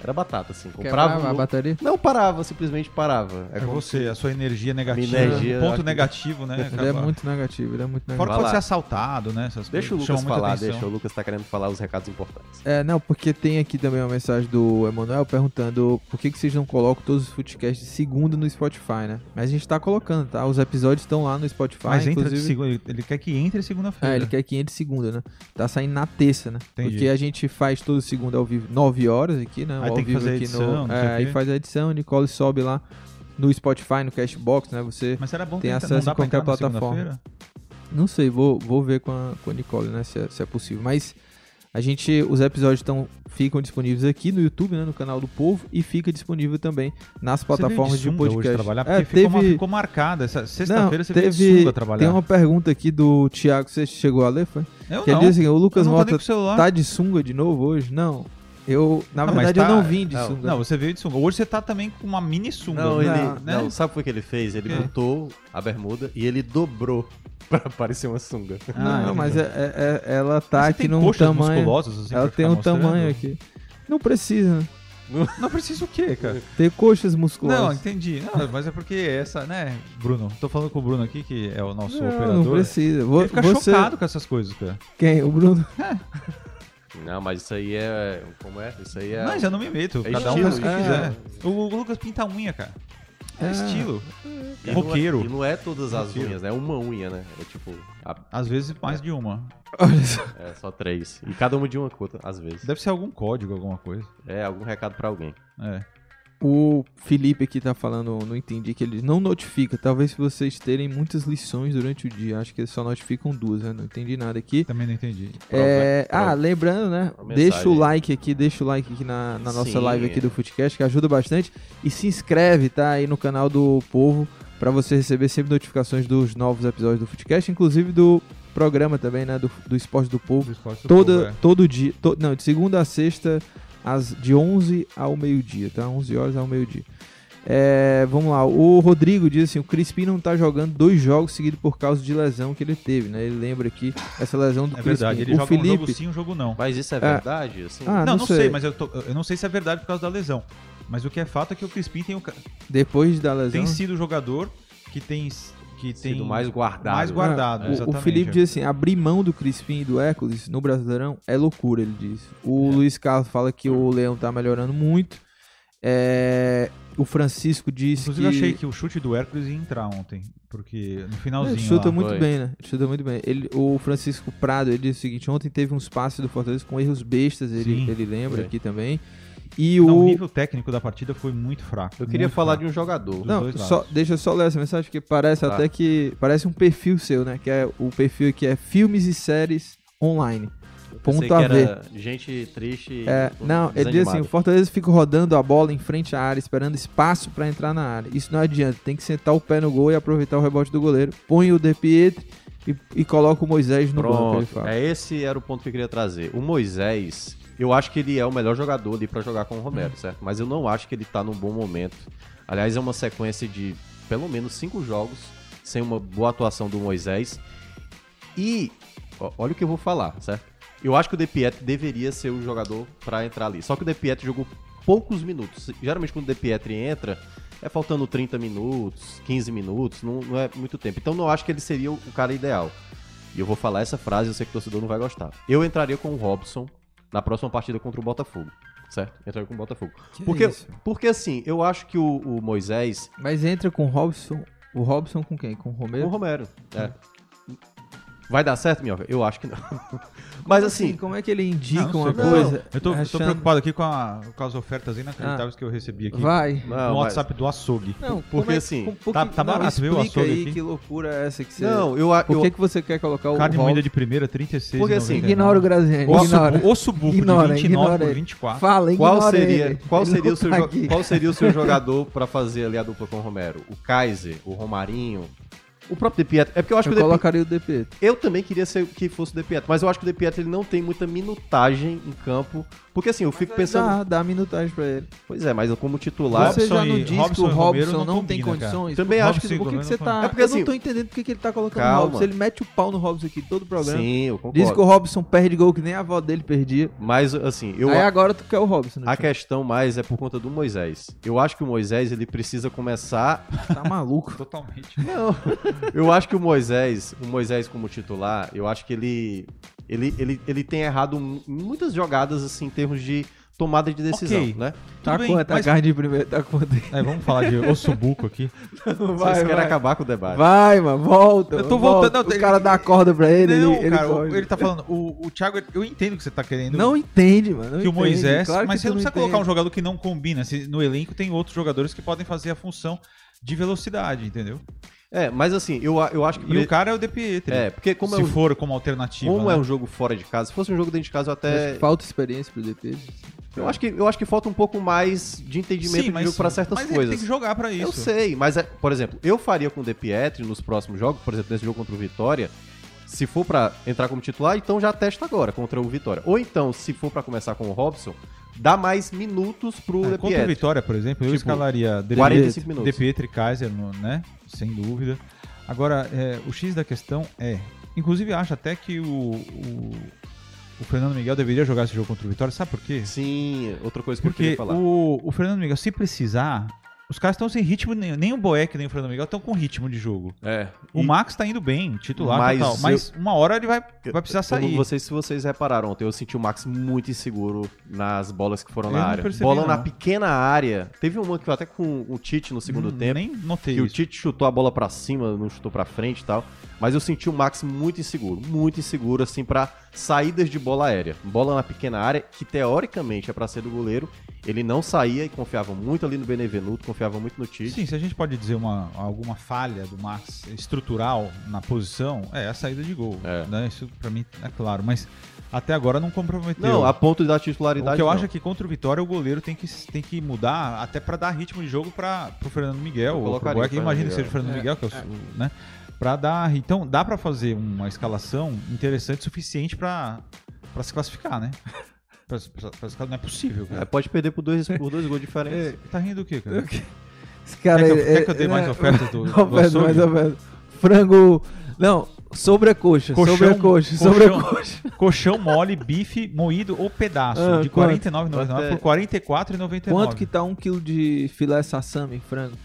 era batata, assim. Comprava.
Quebrava a
no-
bateria?
Não parava, simplesmente parava.
É,
como-
você, a sua energia negativa. Um
Minha energia,
ponto
acho que-
negativo, né?
Ele é
acaba-
muito negativo, ele é muito negativo.
Fora que
Vai
pode
lá.
ser assaltado, né? Essas
Deixa o
coisas.
Lucas
Chama muita
falar,
atenção.
deixa. O Lucas tá querendo falar os recados importantes.
É, não, porque tem aqui também uma mensagem do Emanuel perguntando por que, que vocês não colocam todos os foodcasts de segunda no Spotify, né? Mas a gente tá colocando, tá? Os episódios estão lá no Spotify,
Mas entra de
Ah, inclusive.
segunda. Ele quer que entre segunda-feira.
É, ele quer que entre segunda, né? Tá saindo na terça, né?
Entendi.
Porque a gente faz todo segunda ao vivo, 9 horas aqui, né?
Aí
ao
tem que
vivo
fazer a
aqui
edição,
no.
não
É,
sei o
aí
quê.
faz a edição, Nicole sobe lá no Spotify, no Cashbox, né? Você.
Mas será bom
Tem
tentar-
acesso
não
em
dá pra
qualquer
entrar na
plataforma.
segunda-feira?
Não sei, vou, vou ver com a, com a Nicole, né? Se é, se é possível. Mas a gente, os episódios tão, ficam disponíveis aqui no YouTube, né? No canal do Povo e fica disponível também nas plataformas
você veio
de
sunga
podcast.
Hoje trabalhar, porque
é,
ficou,
teve,
uma- ficou marcada. Essa sexta-feira
Não,
você veio
teve,
de sunga trabalhar.
tem uma pergunta aqui do Thiago, você chegou a ler, foi?
Eu
Que ele
não.
diz assim, o
eu
Lucas
não tô nem
Mota
com o celular.
tá de sunga de novo hoje? Não, eu, na
Não, mas
verdade,
tá-
eu não vim de
não,
sunga.
Não, você veio de sunga. Hoje você tá também com uma mini sunga.
Não,
né?
ele.
Não,
né?
Não, sabe o que ele fez? Ele
É.
botou a bermuda e ele dobrou pra parecer uma sunga.
Ah, não, mas é- é- é- ela tá
Você
aqui
tem
num
coxas
tamanho...
musculosas, assim,
Ela
pra
tem
ficar
um
mostrando?
tamanho aqui. Não precisa, né?
Não precisa o quê, cara?
Ter coxas
Não,
musculosas.
entendi. Não, mas é porque essa, né, Bruno? Tô falando com o Bruno aqui, que é o nosso
Não,
operador.
não precisa. Vo-
Ele fica
você,
chocado com essas coisas, cara.
Quem? O Bruno?
Não, mas isso aí é. Como é? Isso aí é.
Não, já não me meto.
É
cada um
estilo,
faz o que
é.
quiser. O Lucas pinta a unha, cara. É,
É.
estilo.
e não é-
roqueiro.
E não é todas as
Roqueiro.
unhas, né? É uma unha, né? É tipo. a-
Às vezes mais de uma.
Olha só.
é só três. E cada uma de uma cota, às vezes.
Deve ser algum código, alguma coisa.
É algum recado pra alguém.
É.
O Felipe aqui tá falando, não entendi, que ele não notifica. Talvez se vocês terem muitas lições durante o dia. Acho que eles só notificam duas, né? Não entendi nada aqui.
Também não entendi.
É,
Prova-
ah, lembrando, né?
Uma mensagem
Deixa o
aí.
like aqui, deixa o like aqui na, na nossa
Sim,
live aqui
é.
do Footcast, que ajuda bastante. E se inscreve, tá? Aí no canal do Povo, pra você receber sempre notificações dos novos episódios do Footcast, inclusive do programa também, né? Do, do Esporte do Povo.
Do esporte do povo,
Toda,
é.
todo dia. to- não, de segunda a sexta, às, de 11 ao meio-dia, tá? 11 horas ao meio-dia. É, vamos lá, o Rodrigo diz assim: o Crispim não tá jogando dois jogos seguidos por causa de lesão que ele teve, né? Ele lembra aqui essa lesão do
É
Crispim.
verdade, ele
assim, o
joga um
Felipe,
jogo sim, um jogo não.
Mas isso é verdade? Assim,
Ah,
não,
não
não, sei.
sei,
mas eu, tô- eu não sei se é verdade por causa da lesão. Mas o que é fato é que o Crispim tem, o ca-
depois da lesão. ah,
tem sido o jogador que tem, s- que tem
sido mais guardado.
mais
Ah,
né?
guardado,
o- o,
exatamente,
Felipe
é.
diz assim: abrir mão do Crispim e do Hércules no Brasileirão é loucura, ele diz. O
É.
Luiz Carlos fala que o Leão tá melhorando muito. É, o Francisco diz
Inclusive, eu
que.
achei que o chute do Hércules ia entrar ontem. Porque no finalzinho.
Ele chuta
lá,
muito
Foi.
bem, né? Ele chuta muito bem. Ele, o Francisco Prado, ele diz o seguinte: ontem teve uns passes do Fortaleza com erros bestas, ele,
Sim.
ele lembra
Foi.
aqui também. E
Não,
o.
o nível técnico da partida foi muito fraco.
Eu queria
muito
falar
fraco.
de um jogador.
dos
Não,
dois
só,
lados.
deixa eu só ler essa mensagem, porque parece
Tá.
até que. Parece um perfil seu, né? Que é o perfil que é filmes e séries online.
Pensei
Ponto a
que
ver.
era gente triste. e
É, não, ele diz assim: o
desanimada.
Fortaleza fica rodando a bola em frente à área, esperando espaço pra entrar na área. Isso não adianta, tem que sentar o pé no gol e aproveitar o rebote do goleiro. Põe o De Pietri e, e coloca o Moisés no banco. Ele
Pronto,
fala.
é, esse era o ponto que eu queria trazer. O Moisés, eu acho que ele é o melhor jogador ali pra jogar com o
Hum.
Romero, certo? Mas eu não acho que ele tá num bom momento. Aliás, é uma sequência de pelo menos cinco jogos sem uma boa atuação do Moisés. E ó, olha o que eu vou falar, certo? Eu acho que o De Pietri deveria ser o jogador pra entrar ali. Só que o De Pietri jogou poucos minutos. Geralmente quando o De Pietri entra, é faltando 30 minutos, 15 minutos, não, não é muito tempo. Então não acho que ele seria o o cara ideal. E eu vou falar essa frase, eu sei que o torcedor não vai gostar. Eu entraria com o Robson na próxima partida contra o Botafogo, certo? Entraria com o Botafogo.
Que
porque,
isso?
porque assim, eu acho que o, o Moisés...
Mas entra com o Robson. O Robson com quem? Com o
Com o
Romero?
Romero, é.
Hum.
Vai dar certo, Minhoca? Eu acho que não. Mas assim,
como é que ele indica
Ah, não sei,
uma
cara.
coisa?
Eu tô, eu tô
achando- Ah.
preocupado aqui com, a- com as ofertas inacreditáveis que eu recebi aqui.
Vai.
Não, mas-
no WhatsApp do açougue.
Não, é
porque assim,
tá- tá
não,
barato, viu, o
Explica
açougue
aí
aqui.
que loucura é essa que você.
não, eu, a-
Por
eu
que, que você quer colocar o
Carne moída
Robson?
de primeira, 36.
Porque assim,
Ignora o Graziani.
Osso,
Ignora.
osso bufo
Ignora,
de 29
ignora
por
ele.
24.
Fala, ignora
qual seria,
ele.
qual
Ele
seria
não
o seu
tá
jo-
aqui.
qual seria o seu jogador pra fazer ali a dupla com o Romero? O Kaiser, o Romarinho, o próprio De Pietro. É porque eu acho
Eu
que o De
colocaria o DP.
Eu também queria ser que fosse o De Pietro, mas eu acho que o De Pietro ele não tem muita minutagem em campo, porque assim, eu fico pensando,
Dá, dá minutagem pra ele.
pois é, mas como titular,
é Você já
Robson
não
e-
diz que
Robson
o
e Romero
Robson não,
não
tem
combina, cara.
condições.
Também
O
acho
Robson
que-
por que, que você
não combina.
tá.
É porque,
eu
assim,
não tô entendendo por que que ele tá colocando
calma.
o Robson. Ele mete o pau no Robson aqui todo o programa.
sim, eu concordo.
Diz que o Robson perde gol que nem a avó dele perdia.
Mas assim, eu
Aí é agora tu quer o Robson. né?
a questão mais é por conta do Moisés. Eu acho que o Moisés ele precisa começar
Tá maluco.
Totalmente.
Não. Eu acho que o Moisés, o Moisés como titular, eu acho que ele ele, ele, ele tem errado mu- muitas jogadas assim em termos de tomada de decisão,
Ok.
né?
Tá
bem,
com a tá
mas-
carne de primeiro, tá com
É, vamos falar de ossobuco aqui.
Vai,
Vocês querem
vai.
acabar com o debate.
Vai, mano, volta.
Eu tô
volta.
voltando, não,
o
tem-
cara dá a corda pra ele,
não,
ele, ele
cara, o-
corre.
ele, tá falando. O, o Thiago, eu entendo o que você tá querendo.
Não entende, mano. não
que o
entende.
Moisés.
Claro que
mas
tu
você não precisa
entende.
colocar um jogador que não combina. Se no elenco tem outros jogadores que podem fazer a função de velocidade, entendeu?
É, mas assim, eu, a- eu acho que
E o cara é o De Pietri.
é, porque como
se
é um
for como alternativa.
Como
né?
é um jogo fora de casa, se fosse um jogo dentro de casa, eu
Acho
até.
que
é-
Falta experiência pro DP.
Eu acho que, eu acho que falta um pouco mais de entendimento de jogo para certas
mas Ele tem
coisas.
que jogar pra isso.
Eu sei, mas, é- por exemplo, eu faria com o De Pietri nos próximos jogos, por exemplo, nesse jogo contra o Vitória. Se for pra entrar como titular, então já testa agora contra o Vitória. Ou então, se for pra começar com o Robson, dá mais minutos pro De
É, contra o
Pietri.
Vitória, por exemplo, eu
Tipo,
escalaria De
45
De
minutos.
Pietri e Kaiser, no- né? Sem dúvida. Agora, é, o X da questão é. Inclusive, acho até que o, o, o Fernando Miguel deveria jogar esse jogo contra o Vitória. Sabe por quê?
Sim, outra coisa que eu
Porque
queria falar.
o, o Fernando Miguel, se precisar, os caras estão sem ritmo nenhum. Nem o Boeck, nem o Fernando Miguel estão com ritmo de jogo.
É.
O Max tá indo bem, titular
Mas
total. Mas uma hora ele vai, vai precisar sair.
Como vocês, se vocês repararam ontem, eu senti o Max muito inseguro nas bolas que foram
Eu
na
não
área.
percebi,
Bola
não.
na pequena área. Teve uma que eu até com o Tite no é segundo
Hum,
tempo.
Nem notei
Que
isso.
o Tite chutou a bola pra cima, não chutou pra frente e tal. Mas eu senti o Max muito inseguro, muito inseguro, assim, pra saídas de bola aérea. Bola na pequena área, que teoricamente é pra ser do goleiro. Ele não saía e confiava muito ali no Benevenuto, confiava muito no Tite.
Sim, se a gente pode dizer uma, alguma falha do Max estrutural na posição, é a saída de gol.
É.
né? Isso pra mim é claro, mas até agora não comprometeu.
Não, a ponto da
o
titularidade.
que eu
não.
acho é que contra o Vitória o goleiro tem que, tem que mudar até pra dar ritmo de jogo para pro Fernando
Eu
Miguel. Ou pro
colocaria
Boeck,
o Fernando
imagina que seja o
Miguel.
Fernando Miguel, que é o, su- né? Pra dar. Então dá pra fazer uma escalação interessante o suficiente pra pra se classificar, né? Pra- pra- pra se classificar, não é possível,
É,
cara. É,
pode perder por dois, por dois gols diferentes.
Tá rindo do quê, cara?
Esse cara,
quer, que eu,
ele-
quer que eu dê
ele- é
mais ofertas do, do
Oferta,
açougue?
mais oferta. Frango. Não, sobrecoxa.
Colchão-
sobrecoxa.
colchão-
Sobrecoxa.
Coxão mole, bife moído ou pedaço,
Ah,
de
quanto?
R$ 49,99 por R$ 44,99.
Quanto que tá um quilo de filé sassami em frango?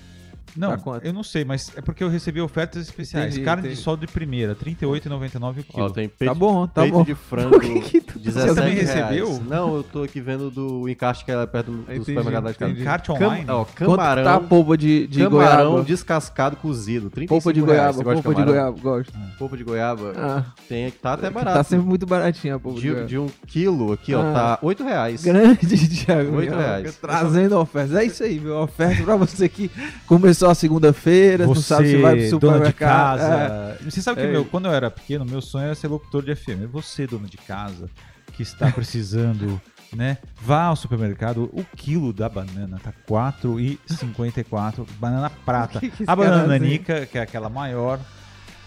Não,
tá quanto?
eu não sei, mas é porque eu recebi ofertas especiais.
Entendi,
Carne
entendi.
de sol de primeira, R$ 38,99 o
Ó,
quilo.
tem
Tá
peito,
bom, tá
peito
bom.
de frango.
Por que que tu- tá
Você
17
também
reais.
recebeu?
Não, eu tô aqui vendo do encaixe que é perto do, do
Entendi,
supermercado da
entendi.
casa.
Encarte
Cam-
online?
ó,
Quanto que tá a
camarão,
polpa de, de
camarão
goiaba?
descascado cozido. 35
Polpa de
reais.
goiaba,
Você gosta
polpa de
camarão?
goiaba, gosto.
Polpa de goiaba.
Ah,
Tem, tá até
Tá
barato.
sempre muito baratinha a polpa de,
de,
goiaba.
de um quilo aqui, ó,
Ah.
tá 8 reais.
Grande, Thiago.
Oito
Mioca,
reais.
Trazendo ofertas. É isso aí, meu. Oferta pra você que começou a segunda-feira, não sabe se vai pro
dona de
supermercado. É.
casa. Você sabe que
É.
meu, quando eu era pequeno, meu sonho era ser locutor de FM. Você, dona de casa, que está precisando, né? Vá ao supermercado, o quilo da banana tá R$ 4,54. Banana prata.
que que esse
a banana
cara fazem?
nanica, que é aquela maior.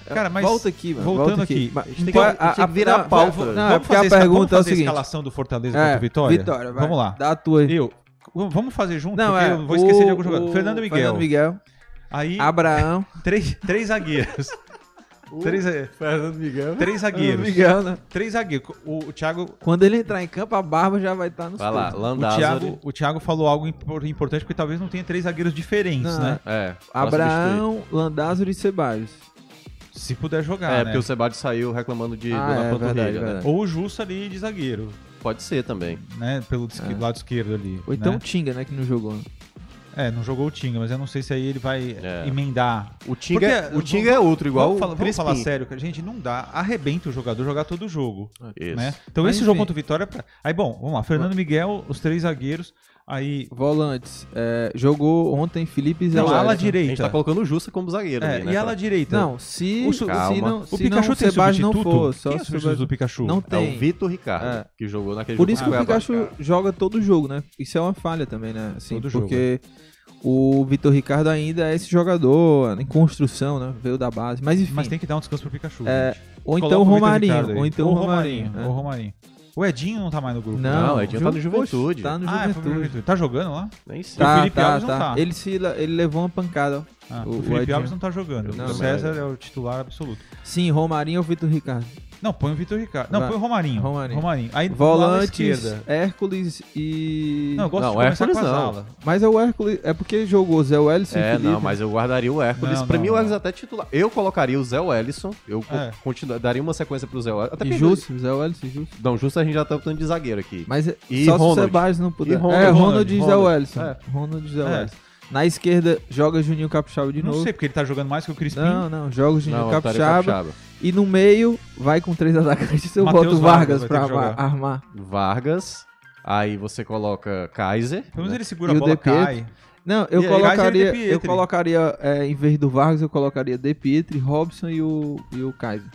Cara, mas
volta aqui, mano.
voltando
volta
aqui,
Mas-
a gente tem
Então,
que- a gente tem que virar a pauta.
Não,
Vamos
é porque
fazer
a
essa- vamos
pergunta é o
fazer
seguinte.
a escalação do Fortaleza
É,
contra o Vitória?
Vitória, vai.
Vamos lá.
Dá a tua aí.
Eu, vamos fazer junto,
Não,
porque
é,
eu vou esquecer de algum
o-
jogador.
o
Fernando Miguel.
Fernando Miguel.
Aí,
Abraão.
três, três zagueiros. três,
Fernando Miguel.
três zagueiros.
Miguel, né?
Três zagueiros. O, o Thiago,
Quando ele entrar em campo, a barba já vai estar tá nos
Vai lá,
peitos.
o,
Landázuri.
Thiago, o Thiago falou algo impor- importante, porque talvez não tenha três zagueiros diferentes,
Não,
né?
É, pra substituir.
Abraão, Landázuri e Sebaios.
Se puder jogar,
É,
né?
porque o Sebade saiu reclamando de
Ah,
dor na
é,
panturrilha,
verdade,
né?
verdade.
Ou o Jussa ali de zagueiro,
Pode ser também.
né? Pelo esqui- lado esquerdo ali.
É. Ou então
né?
o Tinga, né? Que não jogou.
É, não jogou o Tinga, mas eu não sei se aí ele vai
É.
emendar
O Tinga,
Porque-
o Tinga é outro, igual
vamos, falar,
o
vamos
Crispim.
falar sério, cara. gente, não dá. Arrebenta o jogador jogar todo o jogo.
Isso.
né? Então
Mas
esse jogo
enfim.
contra o Vitória. é pra- Aí, bom, vamos lá. Fernando Miguel, os três zagueiros. Aí.
Volantes. é, jogou ontem Felipe Zé
Não,
Wellington.
ala
A gente
direita.
tá colocando o Justa como zagueiro
É,
ali, né?
e ala
cara?
direita.
Não, se,
O su-
se
Calma.
não,
O
se
Pikachu
não,
tem
Sebaios não
substituto?
for. Só
Quem é o
se
substituto
Sebaios-
do Pikachu?
Não
É
tem.
o Vitor Ricardo,
É.
que jogou naquele
Por
jogo
isso que
com
é
o
Cuiabá.
Pikachu joga todo jogo, né? Isso é uma falha também, né? Assim,
Todo jogo, é.
porque o Vitor Ricardo ainda é esse jogador em construção, né? Veio da base. Mas enfim.
Mas tem que dar um descanso pro Pikachu.
É,
gente.
ou então
Coloca
o
Vitor
Romarinho.
Ricardo aí.
Ou então o Romarinho.
Ou o Romarinho. O Edinho não tá mais no grupo.
Não,
Não, o Edinho tá no
Ju-
Juventude.
Tá no
Ah, é, foi pro
Juventude.
Juventude. Tá jogando lá?
Nem sei.
E o
Tá,
Felipe
tá,
Alves não
tá.
tá.
Ele, se, ele levou uma pancada.
Ah,
O-
o,
o
Felipe
Edinho.
Alves não tá jogando.
Não,
o César é o titular absoluto.
Sim, Romarinho ou Vitor Ricardo.
Não, põe o Vitor Ricardo. Não,
Vai.
põe o Romarinho.
Romarinho.
Aí ala
Volantes,
esquerda.
Hércules e...
Não, eu gosto
Não,
de
o
começar
Hércules
com as
não.
alas.
Mas é o Hércules... É porque jogou Zé Wellison e
É,
Felipe.
não, mas eu guardaria o Hércules.
Não,
pra
não,
mim, o
não.
Hércules é até titular. Eu colocaria o Zé Wellison. Eu co-
É.
continu- daria uma sequência pro Zé Wellison. Até
E
porque-
Justo, Tá Zé Wellison e Justo.
Não, justo a gente já tá botando de zagueiro aqui.
Mas é-
E
só se o
Ronald.
Sebaios não puder.
E Ronald,
é, Ronald e
Ronald,
Zé
Ronald.
Wellison.
É.
Ronald e Zé
É.
Wellison. Na esquerda, joga Juninho Capixaba de
Não
novo.
sei, porque ele tá jogando mais que o Crispim.
Não, não, joga o Juninho
Não, Otário
é Capixaba. E no meio, vai com três atacantes. Eu
Matheus
boto o Vargas,
Vargas vai
pra
ter que
armar-
jogar.
armar.
Vargas. Aí você coloca Kaiser.
Pelo menos
né?
ele segura
E
a
o
bola,
De Pietro?
cai.
Não, eu
E aí,
colocaria,
Kaiser e De
eu
Pietri.
colocaria é, em vez do Vargas, eu colocaria De Pietri, Robson e o, e o Kaiser.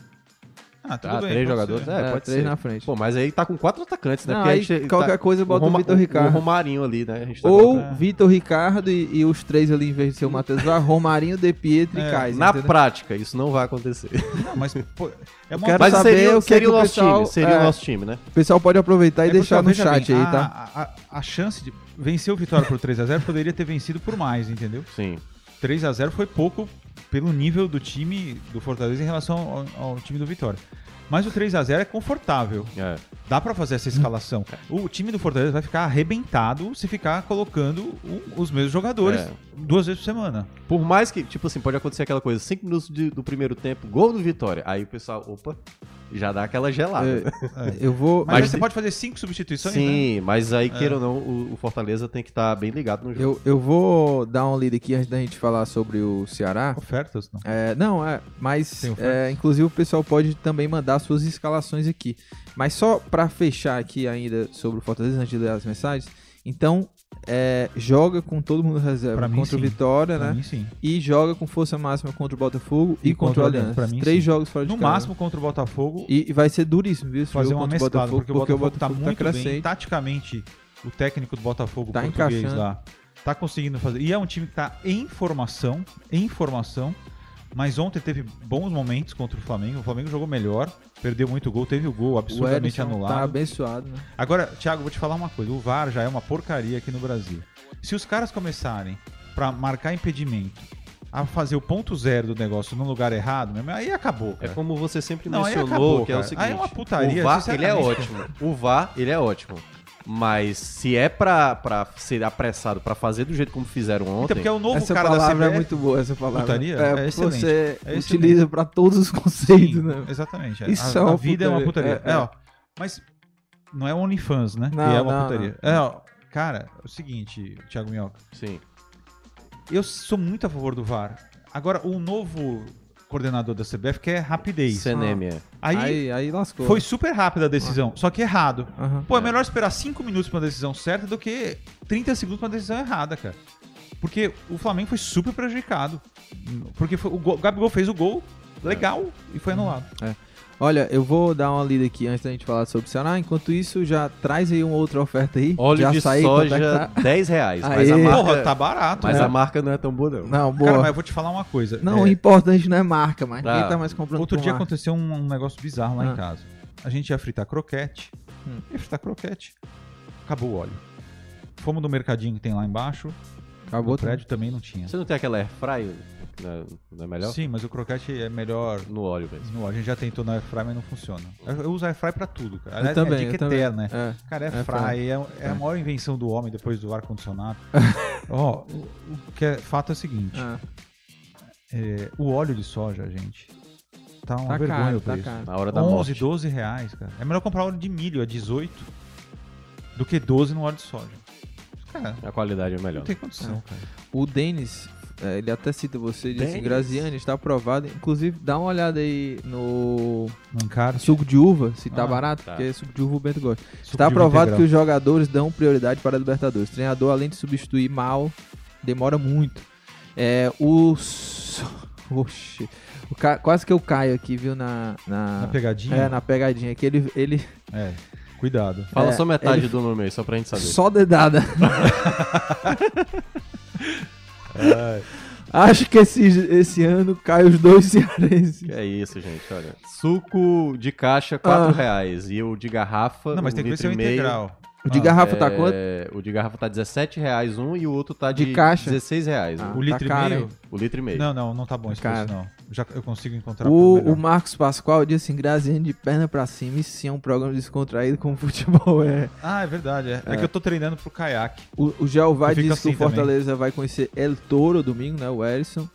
tá
Ah, tudo
Ah,
bem.
três
pode
jogadores.
ser.
É,
É,
pode
três
ser.
na frente.
Pô, mas aí tá com quatro atacantes, né?
Não,
Porque a
aí
gente tá-
qualquer coisa bota o,
Roma-
Vitor
O
Ricardo.
Romarinho ali, né? A gente tá
Ou
colocando-
É.
Vitor Ricardo e, e os três ali em vez de ser o Matheus Vargas, Romarinho, De Pietri e
É,
Kaiser.
Na
entendeu?
prática, isso não vai acontecer.
Não, mas, pô, é uma
Quero
Mas
saber
seria,
o que que
seria o
o
nosso
pessoal-
time. Seria
é.
o nosso time, né?
O pessoal pode aproveitar e
É
deixar no
porque, veja
chat
bem,
aí,
a-
tá?
ah, A, a- a chance de vencer o Vitória por 3x0 poderia ter vencido por mais, entendeu?
Sim.
3x0 foi pouco pelo nível do time do Fortaleza em relação ao, ao time do Vitória. Mas o 3x0 é confortável.
É.
Dá pra fazer essa escalação. O time do Fortaleza vai ficar arrebentado se ficar colocando o- os mesmos jogadores
É.
duas vezes por semana.
Por mais que, tipo assim, pode acontecer aquela coisa, cinco minutos de- do primeiro tempo, gol do Vitória. Aí o pessoal, opa, já dá aquela gelada.
É, Eu vou.
Ah, Mas, aí
Mas
você pode fazer cinco substituições, né?
Sim, mas aí, queira ou não, o, o Fortaleza tem que estar bem ligado no jogo.
Eu, eu vou dar um lead aqui antes da gente falar sobre o Ceará.
Ofertas, não.
É, não, é, mas
Tem
é,
ofertas?
inclusive o pessoal pode também mandar suas escalações aqui. Mas só pra fechar aqui ainda sobre o Fortaleza antes de ler as mensagens, então é, joga com todo mundo reserva
Pra mim,
contra o
sim.
Vitória,
Pra
né?
mim, sim.
E joga com força máxima contra o Botafogo e, contra o Aliança.
Pra mim,
Três
sim.
jogos fora de
No
casa.
máximo contra o Botafogo,
né? E, e vai ser duríssimo, viu? esse
fazer
jogo
uma
contra o
mesclada,
Botafogo,
porque o Botafogo, tá muito bem.
crescente.
Taticamente, o técnico do Botafogo
Tá
português
encaixando.
lá tá conseguindo fazer. E é um time que tá em formação, em formação. Mas ontem teve bons momentos contra o Flamengo. O Flamengo jogou melhor, perdeu muito gol, teve o gol
O
absurdamente
Edson
anulado.
tá abençoado, né?
Agora, Thiago, vou te falar uma coisa. O VAR já é uma porcaria aqui no Brasil. Se os caras começarem para marcar impedimento a fazer o ponto zero do negócio no lugar errado, meu irmão, aí acabou.
É
Cara.
como você sempre
Não, aí
mencionou,
acabou,
que é o
cara.
seguinte.
Aí é uma putaria,
o VAR, ele é
sinceramente.
ótimo. O VAR, ele é ótimo. Mas se é pra, pra ser apressado, pra fazer do jeito como fizeram
Até
ontem...
porque é o novo
Essa
cara da
palavra
CBF.
é muito boa, essa palavra.
Putaria?
É,
É excelente.
você
É excelente.
utiliza pra todos os conceitos,
Sim,
né?
Exatamente.
Isso
a,
é uma
a vida é uma
putaria.
putaria.
É,
É, ó. Mas não é OnlyFans, né?
Não,
e é uma
não,
putaria. É, ó. Cara, é o seguinte, Thiago Minhoca.
Sim.
Eu sou muito a favor do VAR. Agora, o novo coordenador da CBF quer rapidez.
CNM, é.
Aí,
aí, aí lascou.
foi super rápida a decisão, só que errado.
Aham.
Pô, é melhor esperar 5 minutos pra decisão certa do que 30 segundos pra decisão errada, cara. Porque o Flamengo foi super prejudicado. Porque foi- o, gol- o Gabigol fez o gol legal e foi anulado.
Olha, eu vou dar uma lida aqui antes da gente falar sobre o Ceará. Enquanto isso, já traz aí uma outra oferta aí.
Óleo
já
de
saí, quanto é que
soja,
tá?
10 reais.
Aê.
Mas, a marca,
Porra, tá barato.
mas
né?
a marca não é tão boa, não.
Não,
Cara,
boa.
mas eu vou te falar uma coisa.
Não,
É,
o importante não é marca, mas ninguém
Ah,
tá mais comprando
outro
com
dia
marca.
aconteceu um, um negócio bizarro lá
Ah.
em casa. A gente ia fritar croquete.
Hum.
Ia fritar croquete. Acabou o óleo. Fomos no mercadinho que tem lá embaixo.
Acabou
o prédio também não tinha.
Você não tem aquela airfry? Não, não é melhor?
Sim, mas o croquete é melhor
No óleo, velho.
No, a gente já tentou na airfry, mas não funciona. Eu, eu uso airfry pra tudo, cara.
Eu
Aliás,
também,
é dica
eu também.
eterna, né?
É.
Cara,
Airfry.
airfry é, é a maior invenção do homem depois do ar-condicionado. Ó, o, o que é fato é o seguinte.
Ah,
é, o óleo de soja, gente, tá uma
tá
vergonha
caro,
o
tá
preço.
caro.
Na hora da
11,
morte.
12 reais, cara. É melhor comprar óleo de milho a 18 do que 12 no óleo de soja. Cara,
A qualidade é melhor.
não tem condição, cara.
O Denis, é, ele até cita você, disse,
Denis.
Graziani está aprovado. Inclusive, dá uma olhada aí no
Não encara.
suco de uva, se tá
Ah,
barato,
tá.
porque suco de uva o Bento gosta.
suco
Está
de uva
Tá aprovado que
integral.
os jogadores dão prioridade para a Libertadores. O treinador, além de substituir mal, demora muito. É, os. Oxi. O ca- Quase que eu caio aqui, viu, na. Na,
Na pegadinha?
É, na pegadinha. Que ele, ele
É, cuidado.
Fala
É,
só metade
ele-
do nome aí, só pra gente saber.
Só dedada. Acho que esse, esse ano cai os dois cearenses.
Que é isso, gente, olha. Suco de caixa, 4
Ah.
reais. E o de garrafa,
Não, mas
um
tem que ver se é
litro
o
e meio.
integral.
O de
Ah,
garrafa tá
é,
quanto?
O de garrafa tá 17 reais um e o outro tá de,
De caixa?
16 reais.
Ah,
um.
O
tá
litro
caro,
e meio?
hein?
O litro e meio.
Não, não, não tá bom esse
Cara.
preço, não. Já eu consigo encontrar por
O,
melhor.
o Marcos Pascoal disse assim, Graziano de perna pra cima, e sim, é um programa descontraído como futebol é.
Ah, é verdade. É. é que eu tô treinando pro caiaque.
O, o Jeová
Eu fico
disse que o
assim também.
Fortaleza vai conhecer El Toro domingo, né, o Erison.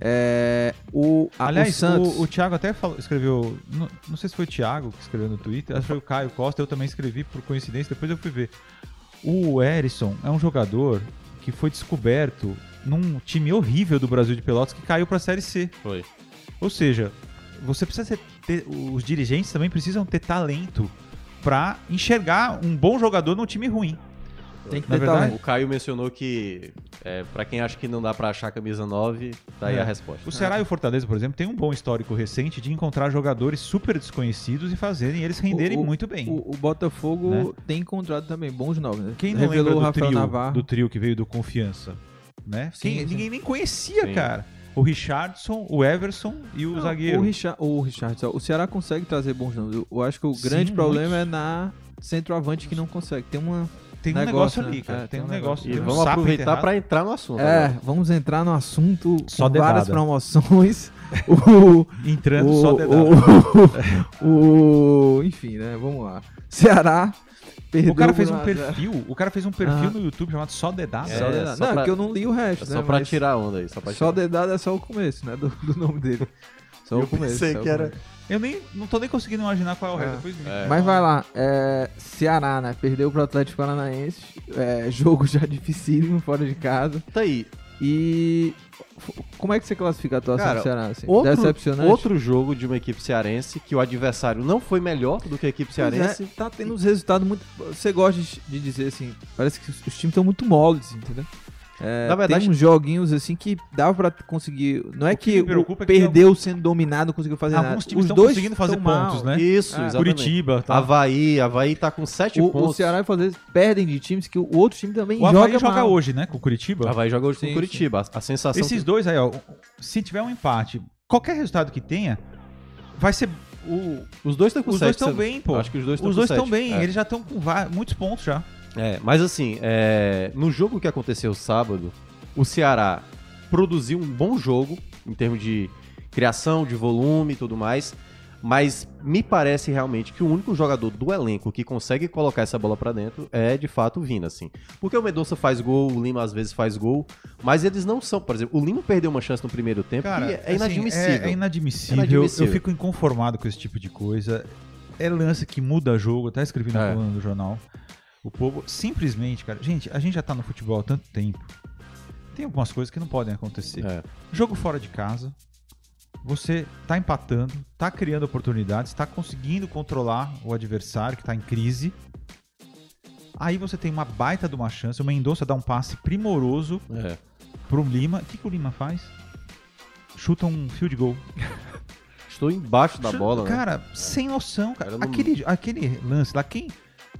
É, o, a, o
Aliás,
Santos...
o, o Thiago até falou, escreveu. Não, não sei se foi o Thiago que escreveu no Twitter, acho que foi o Caio Costa, eu também escrevi por coincidência, depois eu fui ver. O Erisson é um jogador que foi descoberto num time horrível do Brasil de Pelotas que caiu pra Série C.
Foi.
Ou seja, você precisa ser- ter, os dirigentes também precisam ter talento pra enxergar um bom jogador num time ruim.
tem que
na
ter
verdade,
talento.
O Caio mencionou que, é, pra quem acha que não dá pra achar camisa 9, tá aí
É.
a resposta.
O Ceará e o Fortaleza, por exemplo, tem um bom histórico recente de encontrar jogadores super desconhecidos e fazerem eles renderem
O- o-
muito bem.
O, o Botafogo tem encontrado também bons novos, né?
Né? Quem não
Revelou o
lembra do
Rafael
trio,
Navarro.
do trio que veio do Confiança, né?
Sim,
Quem-
sim.
Ninguém nem conhecia,
Sim.
cara. O Richardson, o Everson e o
Não,
zagueiro.
O, Richa- o Richardson, o Ceará consegue trazer bons nomes. Eu- Eu acho que o
Sim,
grande problema
muitos.
é na centroavante que não consegue. Tem uma.
Tem um
negócio,
negócio,
né?
ali, cara.
É,
tem um negócio.
E
tem um
vamos
sapo
aproveitar
enterrado.
pra entrar no assunto.
É,
agora.
vamos entrar no assunto
Só
com várias
dedada.
promoções. o,
Entrando
o,
só dedado.
o- o- enfim, né? Vamos lá. Ceará perdeu.
O cara fez
por
um
um a zero.
perfil, o cara fez um perfil
Ah.
no YouTube chamado Só Dedada.
Só
né? É,
dedada.
só
não,
pra-
é que eu não li o resto,
só
né?
pra
mas
tirar a onda aí, só pra
Só
tirar.
dedada é só o começo, né? Do, do nome dele. Só o
Eu
começo.
pensei
só o
que era-
começo.
Eu nem não tô nem conseguindo imaginar qual é o
É.
resto. Depois me-
É.
Mas vai lá, é, Ceará, né? Perdeu pro Atlético Paranaense, é, jogo já dificílimo fora de casa.
Tá aí.
E f- como é que você classifica a atuação
Cara,
do Ceará? Assim?
Outro,
Decepcionante?
outro jogo de uma equipe cearense que o adversário não foi melhor do que a equipe
Pois é,
cearense.
tá tendo uns resultados muito. Você gosta de, de dizer assim, parece que os, os times estão muito moles, entendeu? É,
Na verdade-
tem uns joguinhos assim que dava pra conseguir. Não é
O que
que,
me preocupa
o
é que
perdeu sendo dominado, conseguiu fazer nada.
Alguns times
os
estão
dois
conseguindo fazer
tão
pontos,
mal.
né?
Isso,
Ah,
exatamente.
Curitiba, tá?
Havaí, Havaí tá com 7
O,
pontos.
o Ceará e o Fortaleza perdem de times que o outro time também
Tipo O Havaí
joga,
joga,
mal.
hoje, né? Com o Curitiba.
Havaí joga hoje com
Sim,
Curitiba. A, a sensação
Esses dois aí, ó. Se tiver um empate, qualquer resultado que tenha, vai ser. o-
Os dois estão com
os
sete,
dois estão
sabe?
bem, pô.
Eu Acho que os dois estão
Os
com
dois
sete.
estão bem,
É.
eles já estão com va- muitos pontos já.
É, mas assim, é, no jogo que aconteceu sábado, o Ceará produziu um bom jogo em termos de criação, de volume e tudo mais, mas me parece realmente que o único jogador do elenco que consegue colocar essa bola pra dentro é de fato o Vina, assim. Porque o Mendonça faz gol, o Lima às vezes faz gol, mas eles não são, por exemplo, o Lima perdeu uma chance no primeiro tempo que é inadmissível.
assim, é, é inadmissível.
É inadmissível.
Eu fico inconformado com esse tipo de coisa. É lance que muda jogo. Eu até escrevi na
É.
coluna do jornal. O povo simplesmente, cara. Gente, a gente já tá no futebol há tanto tempo. Tem algumas coisas que não podem acontecer.
É.
Jogo fora de casa. Você tá empatando, tá criando oportunidades, tá conseguindo controlar o adversário que tá em crise. Aí você tem uma baita de uma chance, o Mendonça dá um passe primoroso
É.
pro Lima. O que, que o Lima faz? Chuta um field goal.
Estou embaixo da
Chuta-
bola, né?
Cara, sem noção, cara.
Cara, não-
Aquele, aquele lance lá, quem,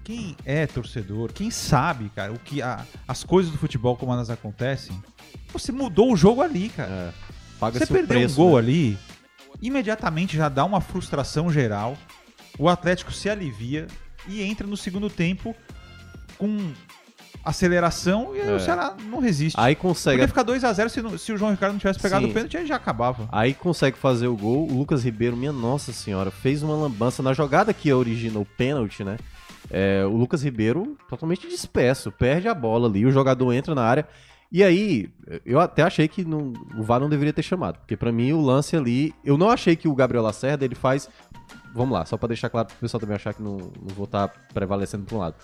quem é torcedor, quem sabe, cara, o que a- as coisas do futebol, como elas acontecem, você mudou o jogo ali, cara.
É. Paga-se
Você
o
perdeu
preço,
um gol
né?
ali, imediatamente já dá uma frustração geral. O Atlético se alivia e entra no segundo tempo com aceleração e aí
É.
o Ceará não resiste.
Aí consegue
Podia ficar 2x0 se, não- se o João Ricardo não tivesse pegado
Sim.
o pênalti, aí já acabava.
Aí consegue fazer o gol. O Lucas Ribeiro, minha nossa senhora, fez uma lambança na jogada que origina o pênalti, né? É, o Lucas Ribeiro totalmente disperso, perde a bola ali, o jogador entra na área. E aí, eu até achei que não- o VAR não deveria ter chamado, porque pra mim o lance ali, eu não achei que o Gabriel Lacerda ele faz. Vamos lá, só pra deixar claro pro pessoal também achar que não, não vou estar prevalecendo pra um lado.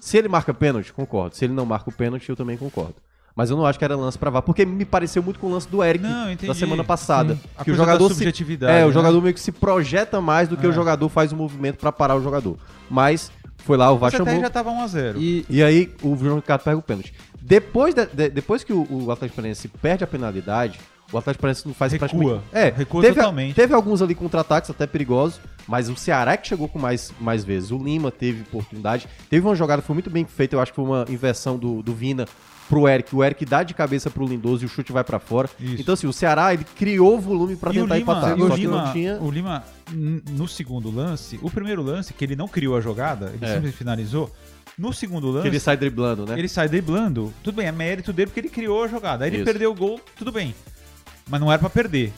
Se ele marca pênalti, concordo. Se ele não marca o pênalti, eu também concordo. Mas eu não acho que era lance pra VAR, porque me pareceu muito com o lance do Eric
Não, entendi.
da semana passada.
Sim.
Que
A
o
coisa da
jogador se,
subjetividade.
é, o
né?
jogador meio que se projeta mais do que
É.
o jogador faz o movimento pra parar o jogador. Mas foi lá, o VAR
Mas até
chamou.
aí já tava 1x0.
E
um E aí o João Ricardo pega o pênalti. Depois, da- de- depois que o, o Atlético Paranaense perde a penalidade, o Atlético Paranaense não faz
Recua.
praticamente... É,
Recua
teve,
totalmente.
Teve alguns ali contra-ataques até perigosos, mas o Ceará é que chegou com mais, mais vezes. O Lima teve oportunidade. Teve uma jogada que foi muito bem feita, eu acho que foi uma inversão do, do Vina pro Eric. O Eric dá de cabeça pro Lindoso e o chute vai pra fora.
Isso.
Então assim, o Ceará ele criou volume pra
E o
tentar
Lima,
empatar.
e o
Só que
Lima,
não tinha...
o Lima, n- no segundo lance, o primeiro lance, que ele não criou a jogada, ele
É.
sempre finalizou, no segundo
que
lance,
Ele sai driblando, né?
Ele sai driblando. Tudo bem, é mérito dele porque ele criou a jogada. Aí ele
Isso.
perdeu o gol, tudo bem. Mas não era pra perder.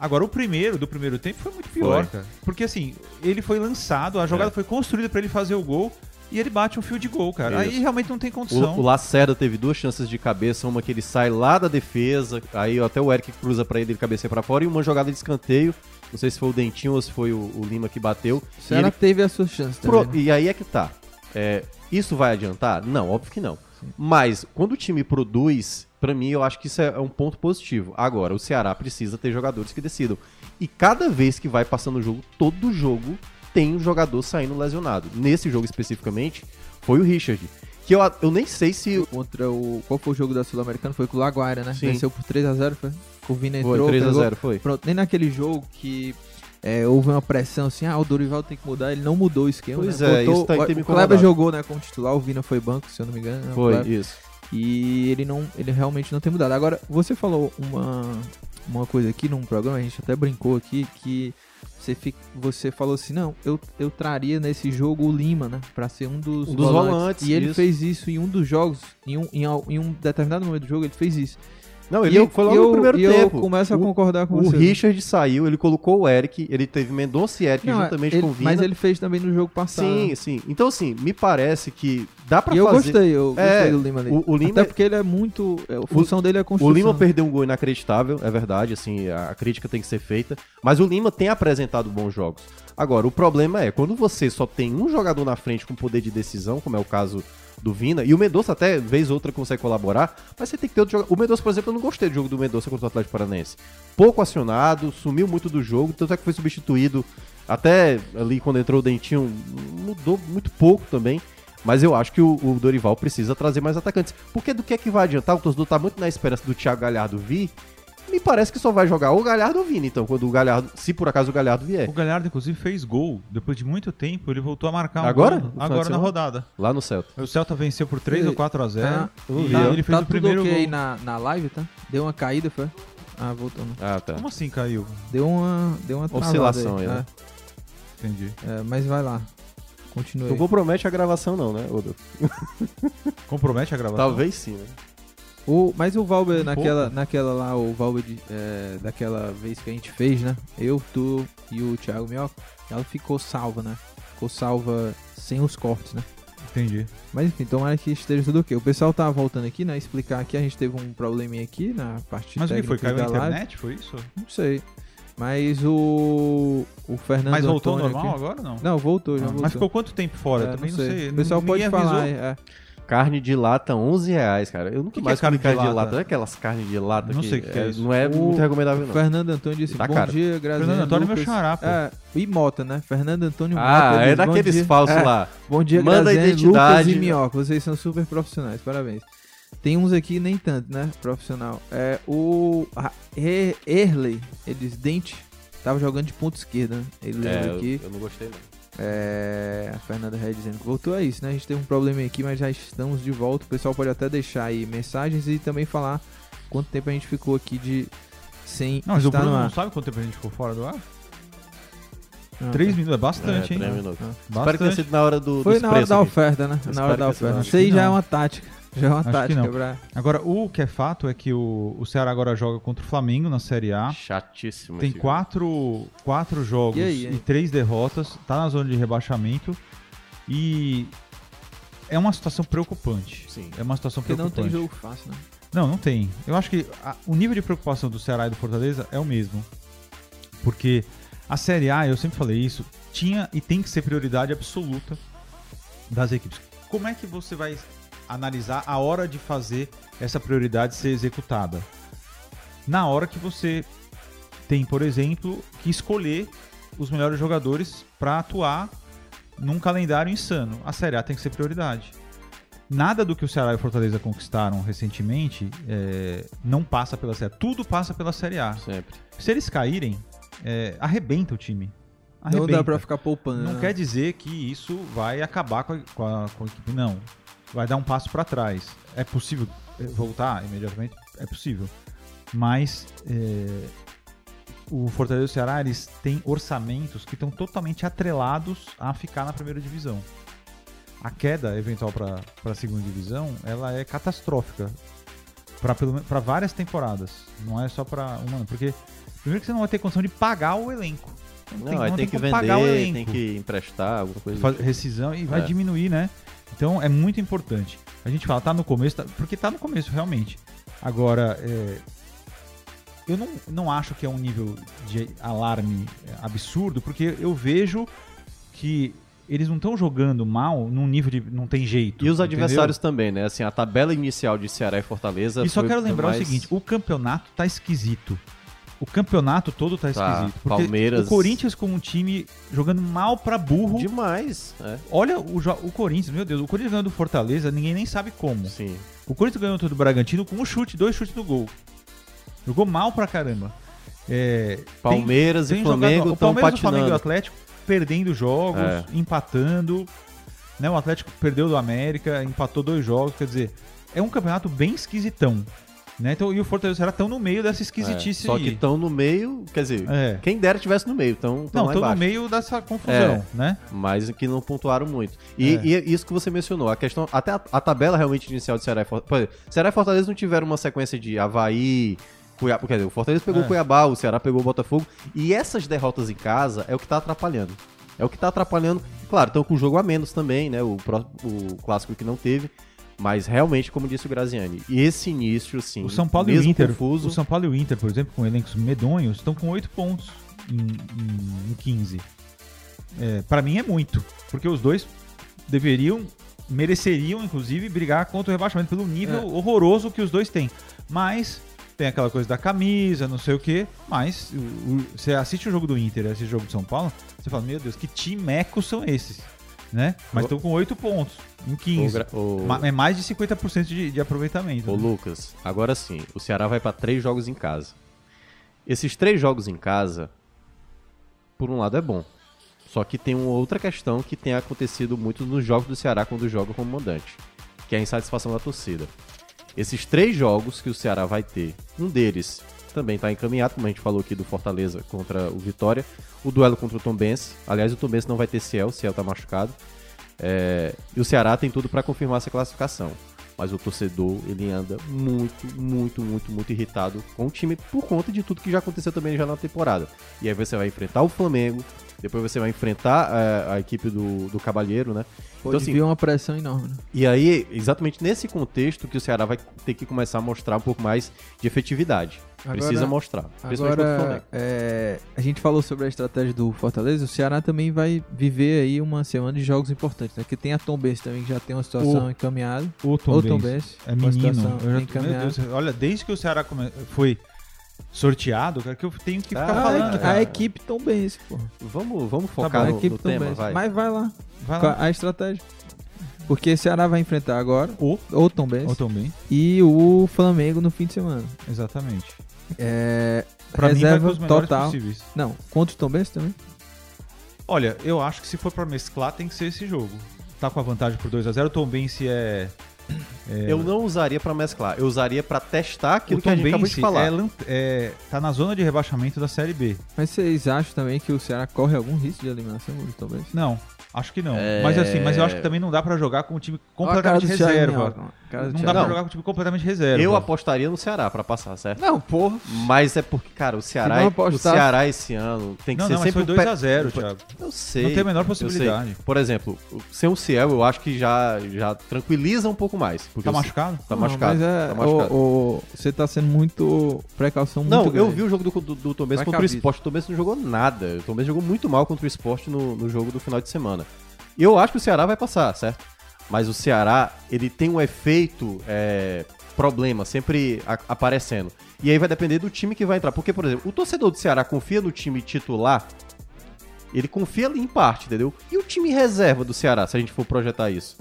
Agora, o primeiro do primeiro tempo foi muito pior,
Foi.
cara. Porque assim, ele foi lançado, a jogada
É.
foi construída pra ele fazer o gol e ele bate um fio de gol, cara.
Isso.
Aí realmente não tem condição.
O, o Lacerda teve duas chances de cabeça, uma que ele sai lá da defesa, aí até o Eric cruza pra ele, ele cabeceia pra fora, e uma jogada de escanteio, não sei se foi o Dentinho ou se foi o, o Lima que
o
bateu. E, ele
Ceará teve a sua chance também.
pro-
né?
e aí é que tá. É, isso vai adiantar? Não, óbvio que não. Mas quando o time produz, pra mim eu acho que isso é um ponto positivo. Agora, o Ceará precisa ter jogadores que decidam. E cada vez que vai passando o jogo, todo jogo tem um jogador saindo lesionado. Nesse jogo especificamente, foi o Richard. Que eu, a- eu nem sei se
Contra o. Qual foi o jogo da Sul-Americana? Foi com o Laguaira, né?
Sim.
Venceu por 3x0, foi? O Vina
Foi,
entrou.
3 a
pegou-
0 foi.
Pronto, nem naquele jogo que é, houve uma pressão assim, ah, o Dorival tem que mudar, ele não mudou o esquema.
Pois
né?
é, isso tá- tem me
o Kleber
incomodado.
jogou, né, como titular, o Vina foi banco, se eu não me engano. né, o
Foi,
Kleber.
isso.
E ele não, ele realmente não tem mudado. Agora, você falou uma uma coisa aqui num programa, a gente até brincou aqui que você fica, você falou assim, não, eu, eu traria nesse jogo o Lima, né, Pra ser um dos,
Um dos volantes,
E ele
isso.
fez isso em um dos jogos, em um, em, al- em um determinado momento do jogo ele fez isso.
Não,
e
ele
eu,
foi
e
logo
eu,
no primeiro
e
tempo.
eu começo a
o,
concordar com
o
você. né?
Richard saiu, ele colocou o Eric, ele teve Mendonça e Eric
Não,
juntamente
ele-
com o Vina.
Mas ele fez também no jogo passado.
Sim, sim. Então, assim, me parece que dá pra
E eu
fazer.
gostei, eu gostei
É,
do Lima ali.
o- o Lima-
Até porque ele é muito. é, A função dele é a
O
construção.
Lima perdeu um gol inacreditável, é verdade, assim, a a crítica tem que ser feita, mas o Lima tem apresentado bons jogos. Agora, o problema é, quando você só tem um jogador na frente com poder de decisão, como é o caso do Vina, e o Mendonça até, vez ou outra, consegue colaborar, mas você tem que ter outro jogador. O Mendonça, por exemplo, eu não gostei do jogo do Mendonça contra o Atlético Paranaense. Pouco acionado, sumiu muito do jogo, tanto é que foi substituído até ali quando entrou o Dentinho, mudou muito pouco também. Mas eu acho que o, o Dorival precisa trazer mais atacantes. Porque do que é que vai adiantar? O torcedor tá muito na esperança do Thiago Galhardo vir. Me parece que só vai jogar ou o Galhardo ou o Vini, então, quando o Galhardo, se por acaso o Galhardo vier.
O Galhardo, inclusive, fez gol. Depois de muito tempo, ele voltou a marcar um
Agora?
gol.
No final de
Agora na
semana?
rodada.
Lá no Celta.
O Celta venceu por 3
Ele-
ou 4 a 0
Tá,
eu
e
vi, ó.
ele fez
tá
o
tudo
primeiro
ok aí
gol.
na, na live, tá? Deu uma caída, foi? Ah, voltou. não.
Ah, tá.
Como assim caiu?
Deu uma. Deu uma travada
Oscilação aí, né?
Entendi.
É, é, mas vai lá. Continue.
Não compromete a gravação, não, né, Odo? Tá.
Compromete a gravação?
Talvez sim, né?
O, mas o Valber,
Um
naquela,
pouco.
naquela lá, o Valber de- é, daquela vez que a gente fez, né? Eu, tu e o Thiago Mioca, ela ficou salva, né? Ficou salva sem os cortes, né?
Entendi.
Mas enfim, tomara que esteja tudo ok. O pessoal tá voltando aqui, né? Explicar aqui, a gente teve um probleminha aqui na parte
Mas o que foi?
técnica
Caiu
da
na
live.
internet? Foi isso?
Não sei. Mas o. O Fernando.
Mas voltou ao
Antônio
normal
aqui-
agora ou não?
Não, voltou, já
Ah,
voltou.
Mas ficou quanto tempo fora?
É,
Também não sei.
O pessoal pode
Ninguém
falar.
avisou.
é.
Carne de lata, 11 reais, cara. Eu nunca
que
mais
é
comi
carne
carne de
de
lata.
lata?
Não é aquelas carnes de lata
Não
que,
sei o que é isso.
Não é
O-
muito recomendável,
O
não.
Fernando Antônio disse:
Tá
Bom
caro.
dia, Graziano.
Fernando Antônio é meu
Lucas."
xará, pô.
É, e Mota, né? Fernando Antônio Mota.
Ah, é
diz, "Bom
daqueles
dia."
falsos
É,
lá.
Bom dia,
Manda a
Graziano,
identidade,
Lucas e
né?
Minhoca. Vocês são super profissionais, parabéns. Tem uns aqui nem tanto, né? Profissional. É o Ra- E- Erley, ele diz dente. Tava jogando de ponta esquerda, né? Ele
É,
lembra
eu,
aqui.
eu não gostei, não.
É, a Fernanda Red dizendo que voltou. É isso, né? A gente teve um probleminha aqui, mas já estamos de volta. O pessoal pode até deixar aí mensagens e também falar quanto tempo a gente ficou aqui de sem
Não, mas o
estar
Bruno
tá no
não
ar.
sabe quanto tempo a gente ficou fora do ar?
Ah,
Três
tá.
minutos, é bastante,
É,
hein?
três minutos.
Ah.
Espero
Bastante.
que tenha sido na hora do,
Foi
dos
na hora
preços
da
aqui.
oferta, né?
Espero
Na hora
que
da
essa-
oferta.
acho
Isso aí
que
já é
não.
uma tática. Já é uma
Acho que
tática
não.
pra-
Agora, o que é fato é que o, o Ceará agora joga contra o Flamengo na Série A.
Chatíssimo.
Tem
esse
quatro, quatro jogos
é E
e,
aí, hein?
três derrotas, tá na zona de rebaixamento e é uma situação preocupante.
Sim.
É uma situação
Porque não
preocupante.
tem jogo fácil, né?
Não, não tem. Eu acho que a- o nível de preocupação do Ceará e do Fortaleza é o mesmo. Porque a Série A, eu sempre falei isso, tinha e tem que ser prioridade absoluta das equipes. Como é que você vai analisar a hora de fazer essa prioridade ser executada? Na hora que você tem, por exemplo, que escolher os melhores jogadores para atuar num calendário insano. A Série A tem que ser prioridade. Nada do que o Ceará e o Fortaleza conquistaram recentemente é, não passa pela Série A. Tudo passa pela Série A.
Sempre.
Se eles caírem, é, arrebenta o time.
Não
Arrebenta.
dá pra ficar poupando.
Não
né?
quer dizer que isso vai acabar com a, com a- com a equipe, não. Vai dar um passo pra trás. É possível eh, voltar imediatamente? É possível. Mas eh, o Fortaleza e o Ceará eles têm orçamentos que estão totalmente atrelados a ficar na primeira divisão. A queda eventual para a segunda divisão ela é catastrófica para várias temporadas. Não é só para uma, não. porque primeiro que você não vai ter condição de pagar o elenco.
Não,
tem-
aí
não
tem,
tem
que
como pagar o
vender,
elenco.
tem que emprestar, alguma coisa.
Faz- rescisão e vai
É.
diminuir, né? Então é muito importante. A gente fala, tá no começo, tá- porque tá no começo, realmente. Agora, é, eu não, não acho que é um nível de alarme é, absurdo, porque eu vejo que eles não estão jogando mal num nível de. não tem jeito.
E os
entendeu?
adversários também, né? Assim, a tabela inicial de Ceará e Fortaleza.
E só
foi
quero lembrar
mais-
o seguinte: o campeonato tá esquisito. O campeonato todo tá
Tá,
esquisito. porque
Palmeiras-
O Corinthians com um time jogando mal pra burro.
Demais, né?
Olha o, jo- o Corinthians, meu Deus, o Corinthians ganhou do Fortaleza, ninguém nem sabe como.
Sim.
O Corinthians ganhou do Bragantino com um chute, dois chutes no gol. Jogou mal pra caramba. É, tem-
Palmeiras
tem
e
jogado-
Flamengo
O
estão
Palmeiras, o Flamengo e o
patinando.
Atlético perdendo jogos,
É.
empatando. né, o Atlético perdeu do América, empatou dois jogos, quer dizer, é um campeonato bem esquisitão. né? Então, e o Fortaleza era tão no meio
É,
dessa esquisitice
Só que
aí.
estão no meio, quer dizer,
É.
quem dera tivesse no meio, estão
Não,
lá
tão no
embaixo. É.
meio dessa confusão, né?
Mas que não pontuaram muito. E,
É.
e isso que você mencionou, a questão. Até a, a tabela realmente inicial de Ceará e Fortaleza. Ceará e Fortaleza não tiveram uma sequência de Havaí. Cuiabá, quer dizer, o Fortaleza pegou
É.
o Cuiabá, o Ceará pegou o Botafogo. E essas derrotas em casa é o que tá atrapalhando. É o que tá atrapalhando. Claro, estão com um jogo a menos também, né? O, pró- o clássico que não teve. Mas realmente, como disse o Graziani, esse início, assim.
O São Paulo e o
mesmo
Inter,
confuso,
o São Paulo e o Inter, por exemplo, com elencos medonhos, estão com 8 pontos em, em, em 15. É, para mim é muito, porque os dois deveriam, mereceriam inclusive brigar contra o rebaixamento pelo nível
É.
horroroso que os dois têm. Mas tem aquela coisa da camisa, não sei o quê, mas o- o- você assiste o jogo do Inter, assiste o jogo do São Paulo, você fala, meu Deus, que timecos são esses, né? Mas
Eu-
estão com 8 pontos em
o
15.
Gra- o-
Ma- É mais de 50% de, de aproveitamento.
Ô
né?
Lucas, agora sim, o Ceará vai pra três jogos em casa. Esses três jogos em casa, por um lado é bom. Só que tem uma outra questão que tem acontecido muito nos jogos do Ceará quando joga como mandante, que é a insatisfação da torcida. Esses três jogos que o Ceará vai ter, um deles também está encaminhado, como a gente falou aqui do Fortaleza contra o Vitória, o duelo contra o Tombense. Aliás, o Tombense não vai ter Ciel, o Ciel tá machucado. É, e o Ceará tem tudo para confirmar essa classificação. Mas o torcedor, ele anda muito, muito, muito, muito irritado com o time por conta de tudo que já aconteceu também já na temporada. E aí você vai enfrentar o Flamengo, depois você vai enfrentar eh, a equipe do, do Cabalheiro, né?
Então,
Pode
assim,
vir uma pressão enorme. né?
E aí, exatamente nesse contexto que o Ceará vai ter que começar a mostrar um pouco mais de efetividade.
Agora-
Precisa mostrar. Principalmente contra o
Agora,
Flamengo.
é, a gente falou sobre a estratégia do Fortaleza. O Ceará também vai viver aí uma semana de jogos importantes. Né? Que tem a Tombense também, que já tem uma situação encaminhada.
O Tom
Ou
Benz.
Tombense.
É
uma
menino.
situação
Eu já tô, meu
encaminhada.
Deus, olha, desde que o Ceará come- foi sorteado, cara, que eu tenho que ficar
Ah,
falando.
é-
a,
cara.
a equipe Tombense, pô.
Vamos, vamos
Tá
focar
bom, a
no,
equipe
no tema,
Tombense.
vai.
Mas vai lá.
Vai
Qual
lá.
A estratégia. Porque o Ceará vai enfrentar agora
O,
ou Tombense
o Tom Benz,
e o Flamengo no fim de semana.
exatamente.
É,
Pra mim, vai
reserva
com os melhores
total.
possíveis.
Não, contra o Tombense também?
Olha, eu acho que se for pra mesclar, tem que ser esse jogo. Tá com a vantagem por 2x0. O Tom Benz é.
Eu não usaria pra mesclar, eu usaria pra testar aquilo
o
que a
Tom
gente acabou de falar.
é, lan- é, tá na zona de rebaixamento da Série B.
Mas vocês acham também que o Ceará corre algum risco de eliminação do Tombense?
Não, acho que não.
É.
Mas assim, mas eu acho que também não dá pra jogar com o time
Olha a cara
completamente
do Thiago
reserva.
Minhoca, ó. Cara do
Não
Thiago
Não.
dá pra
Minhoca.
jogar com o time completamente reserva.
Eu apostaria no Ceará pra passar, certo?
Não, porra.
Mas é porque, cara, o
Se
Ceará, é-
não
o
apostar-
Ceará esse ano tem que
Não,
ser
não, é mas
sempre
foi
um pé-
2x0, Thiago.
Eu sei.
Não tem a menor
eu sei.
possibilidade. Tá
Por exemplo, sem o Ciel, eu acho que já, já tranquiliza um pouco mais. Porque
Tá
o-
machucado?
Tá
Não,
machucado.
Mas é,
tá machucado.
o- o- você tá sendo muito. precaução muito.
Não, eu
grande.
vi o jogo do, do, do Tom Benz
Vai
contra o
cabido.
esporte. O Tom Benz não jogou nada. O Tom Benz jogou muito mal contra o esporte no, no jogo do final de semana. Eu acho que o Ceará vai passar, certo? Mas o Ceará, ele tem um efeito é, problema sempre a- aparecendo. E aí vai depender do time que vai entrar. Porque, por exemplo, o torcedor do Ceará confia no time titular, ele confia ali em parte, entendeu? E o time reserva do Ceará, se a gente for projetar isso?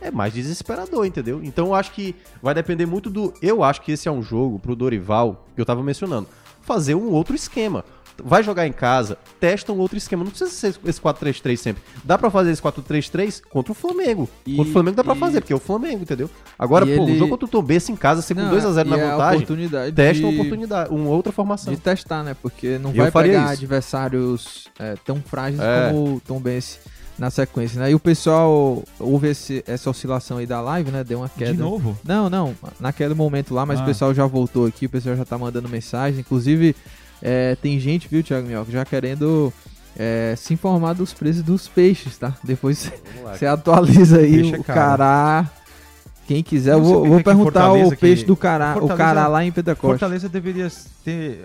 É mais desesperador, entendeu? Então eu acho que vai depender muito do. Eu acho que esse é um jogo pro Dorival, que eu tava mencionando, fazer um outro esquema. Vai jogar em casa, testa um outro esquema. Não precisa ser esse 4-3-3 sempre. Dá pra fazer esse 4-3-3 contra o Flamengo.
E-
contra o Flamengo dá pra
e-
fazer, porque é o Flamengo, entendeu? Agora, pô,
E
o
ele-
jogo contra o Tombense em casa, ser com
Não,
2x0 na
e é a
vantagem,
oportunidade
testa
de,
uma oportunidade, uma outra formação.
de testar, né? Porque não
Eu
vai
faria
pegar
isso.
adversários é, tão frágeis
É.
como o Tom Benz na sequência, né? E o pessoal houve esse- essa oscilação aí da live, né? Deu uma queda.
De novo?
Não, não. Naquele momento lá, mas
Ah.
o pessoal já voltou aqui, o pessoal já tá mandando mensagem. Inclusive, é, tem gente, viu, Thiago Mioca, já querendo é, se informar dos preços dos peixes, tá? Depois
Vamos lá.
você atualiza aí
Peixe é
o
caro.
cará. Quem quiser, eu
Não sei
vou,
porque
vou
que
perguntar
Fortaleza
o peixe
que-
do cará, o
Fortaleza- é um
cará lá em Pentecoste.
Fortaleza deveria ter,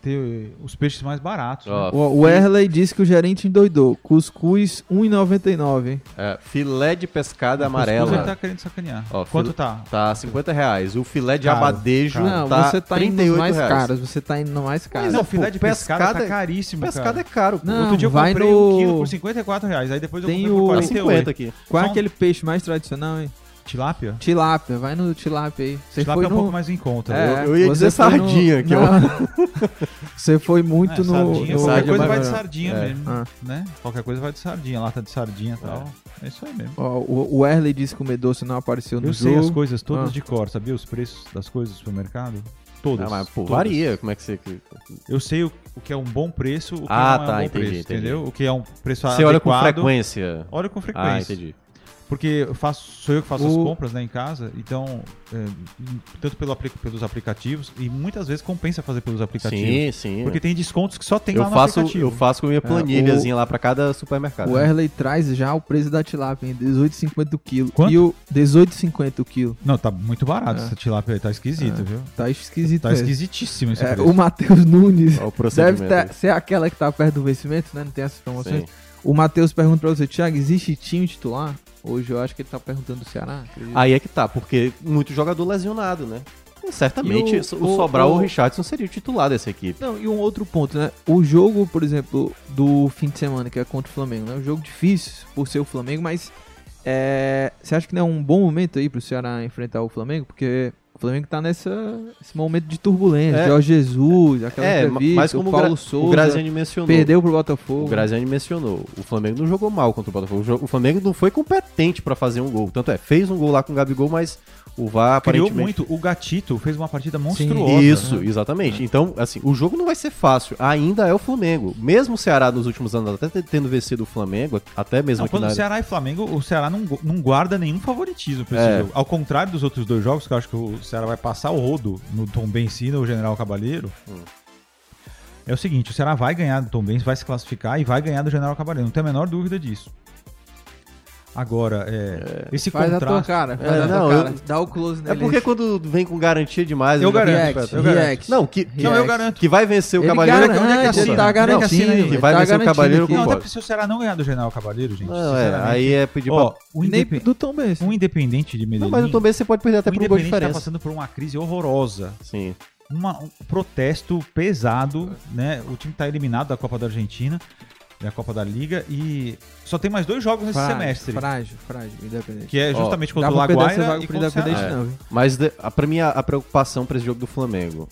ter os peixes mais baratos. né?
Ó,
O, o Erley disse que o gerente endoidou. Cuscuz 1,99, hein?
é, filé de pescada
O Cruzeiro
amarela.
tá querendo sacanear.
Ó,
Quanto
fil-
tá?
Tá 50 reais. O filé de
Caro,
abadejo
caro.
Não,
tá
você tá indo nos
38
mais
reais.
caros. Você tá indo no mais caro.
Mas
Não,
é,
filé
pô,
de pescada,
pescada-
tá caríssimo,
Pescada
cara.
é caro, pô.
Não,
Outro dia eu
vai
comprei
no-
um quilo por 54 reais, aí depois eu
Tem
comprei por
o-
Tá
48.
50 aqui.
Qual é
só um-
aquele peixe mais tradicional, hein?
Tilápia?
Tilápia. Vai no tilápia aí. Você foi
tilápia é um
no...
pouco mais em conta. né?
Eu- eu ia
você
dizer
foi
sardinha, que é
Não. Você foi muito
É,
no...
sardinha,
no...
qualquer
Sardinha
coisa
mais
vai de
barato.
sardinha
É.
mesmo,
Ah.
né? Qualquer coisa vai de sardinha, lata de sardinha e tal. É isso aí mesmo.
Ó, o, o Erley disse que comer doce não apareceu no
Eu
jogo.
sei as coisas todas
Ah.
de cor, sabia? Os preços das coisas do supermercado? Todas.
Ah, mas, pô,
todas.
varia. Como é que você.
Eu sei o, o que é um bom preço, o que
Ah,
não é
tá,
um bom
entendi,
preço,
entendi.
entendeu? O que é um preço
Você
adequado.
olha com tá frequência.
Olho com frequência.
Ah, entendi.
Porque eu faço, sou eu que faço as
O-
compras né, em casa, então, é, tanto pelo apli- pelos aplicativos, e muitas vezes compensa fazer pelos aplicativos.
Sim, sim.
Porque tem descontos que só tem
eu,
lá no
faço,
aplicativo.
eu faço com minha planilhazinha lá pra cada supermercado.
O Erley traz já o preço da tilápia, hein? 18,50 o quilo.
Quanto?
E o 18,50 o quilo.
Não, tá muito barato
É.
essa tilápia aí, tá
É.
esquisito, viu?
Tá esquisito
Tá
mesmo.
esquisitíssimo esse
É,
preço.
o Matheus Nunes
Olha É o
deve
procedimento.
tá- ser aquela que tá perto do vencimento, né? Não tem essas promoções.
Sim.
O Matheus pergunta pra você, Thiago, existe time titular? Hoje eu acho que ele tá perguntando do Ceará. acredito.
Aí é que tá, porque muito jogador lesionado, né? E certamente
E o-
o,
o-
Sobral ou
o-
o Richardson seria o titular dessa equipe.
Não, e um outro ponto, né? O jogo, por exemplo, do fim de semana, que é contra o Flamengo, né? Um jogo difícil por ser o Flamengo, mas é, você acha que não é um bom momento aí pro Ceará enfrentar o Flamengo? Porque o O Flamengo tá nessa, nesse momento de turbulência. É, Jorge Jesus, aquela é, entrevista, mas como o Paulo Gra Souza.
O Graziani mencionou.
Perdeu pro Botafogo.
O Graziani mencionou. O Flamengo não jogou mal contra o Botafogo. O Flamengo não foi competente para fazer um gol. Tanto é, fez um gol lá com o Gabigol, mas o VAR
Criou
aparentemente...
muito. O Gatito fez uma partida
Sim,
monstruosa.
isso, né? exatamente. É. Então, assim, o jogo não vai ser fácil. Ainda é o Flamengo. Mesmo o Ceará nos últimos anos, até tendo vencido o Flamengo, até mesmo não,
Quando o Ceará área... e Flamengo, o Ceará não, não guarda nenhum favoritismo pra esse é. jogo. Ao contrário dos outros dois jogos, que eu acho que o Ceará vai passar o rodo no Tom Benzina ou General Cabalheiro. Hum. É o seguinte, o Ceará vai ganhar do Tom Benz, vai se classificar e vai ganhar do General Cabalheiro. Não tem a menor dúvida disso. Agora, é, é, esse
faz
contraste...
A tua cara, faz é, a tua não, cara. Eu, Dá o close nele.
É porque quando vem com garantia demais...
Eu garanto, react, eu garanto. React,
não, que,
react. não, eu garanto. assim,
Que vai vencer o Cavaleiro...
Garante, onde é que assina? Tá garantindo.
Não, sim, que vai tá vencer o Cavaleiro com
Não, até porque se o Ceará não ganhar do General Cavaleiro, gente...
Não, é, aí é pedir
Ó, o indep...
do Tom Benz.
Um independente de Medellín... Não,
mas o Tom Benz você pode perder até por um gol de diferença.
tá passando por uma crise horrorosa.
Sim.
Uma, um protesto pesado, né? O time tá eliminado da Copa da Argentina da Copa da Liga e só tem mais dois jogos frágil, nesse semestre.
Frágil, frágil, independente.
Que é justamente Ó, contra o Laguaira e contra o Ceará.
É.
né?
Não, Mas de, a, pra mim a, a, preocupação pra esse jogo do Flamengo,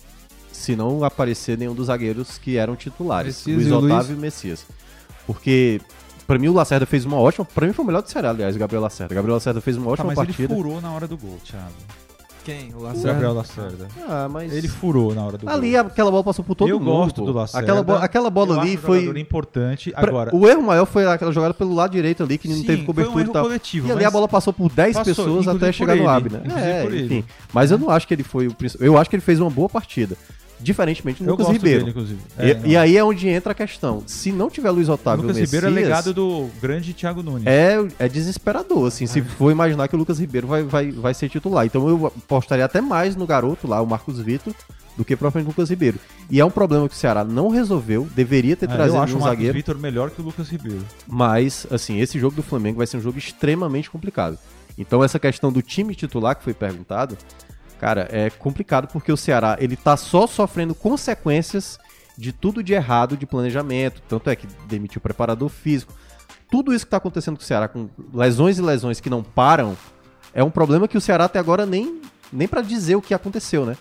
se não aparecer nenhum dos zagueiros que eram titulares, Messias Luiz Otávio e Messias. Porque pra mim o Lacerda fez uma ótima, pra mim foi o melhor do Ceará, aliás, o Gabriel Lacerda. O Gabriel Lacerda fez uma ótima
tá, mas
partida.
ele furou na hora do gol, Thiago.
Quem? O
Lacerda? O Gabriel Lacerda.
Ah, mas...
Ele furou na hora do
Ali, gol. aquela bola passou por todo
eu
mundo.
Eu gosto do Lacerda.
Aquela, bo aquela bola
eu
ali
acho
foi... Um
importante. Agora...
O erro maior foi aquela jogada pelo lado direito ali, que não Sim, teve cobertura
foi um
erro e tal.
Coletivo,
e ali a bola passou por 10 passou, pessoas até chegar
ele,
no Abner.
É, enfim.
Mas eu não acho que ele foi o principal. Eu acho que ele fez uma boa partida. Diferentemente do Lucas Ribeiro.
Dele, inclusive.
É, e, e, aí é onde entra a questão. Se não tiver Luiz Otávio o
Lucas
Messias,
Ribeiro é legado do grande Thiago Nunes.
É, é desesperador, assim, é. se for imaginar que o Lucas Ribeiro vai, vai, vai ser titular. Então eu apostaria até mais no garoto lá, o Marcos Vitor, do que propriamente o Lucas Ribeiro. E é um problema que o Ceará não resolveu, deveria ter é, trazido
eu acho
um zagueiro.
o Vitor melhor que o Lucas Ribeiro.
Mas, assim, esse jogo do Flamengo vai ser um jogo extremamente complicado. Então essa questão do time titular que foi perguntado, cara, é complicado porque o Ceará ele tá só sofrendo consequências de tudo de errado de planejamento, tanto é que demitiu o preparador físico. Tudo isso que está acontecendo com o Ceará, com lesões e lesões que não param, é um problema que o Ceará até agora nem, nem para dizer o que aconteceu, né?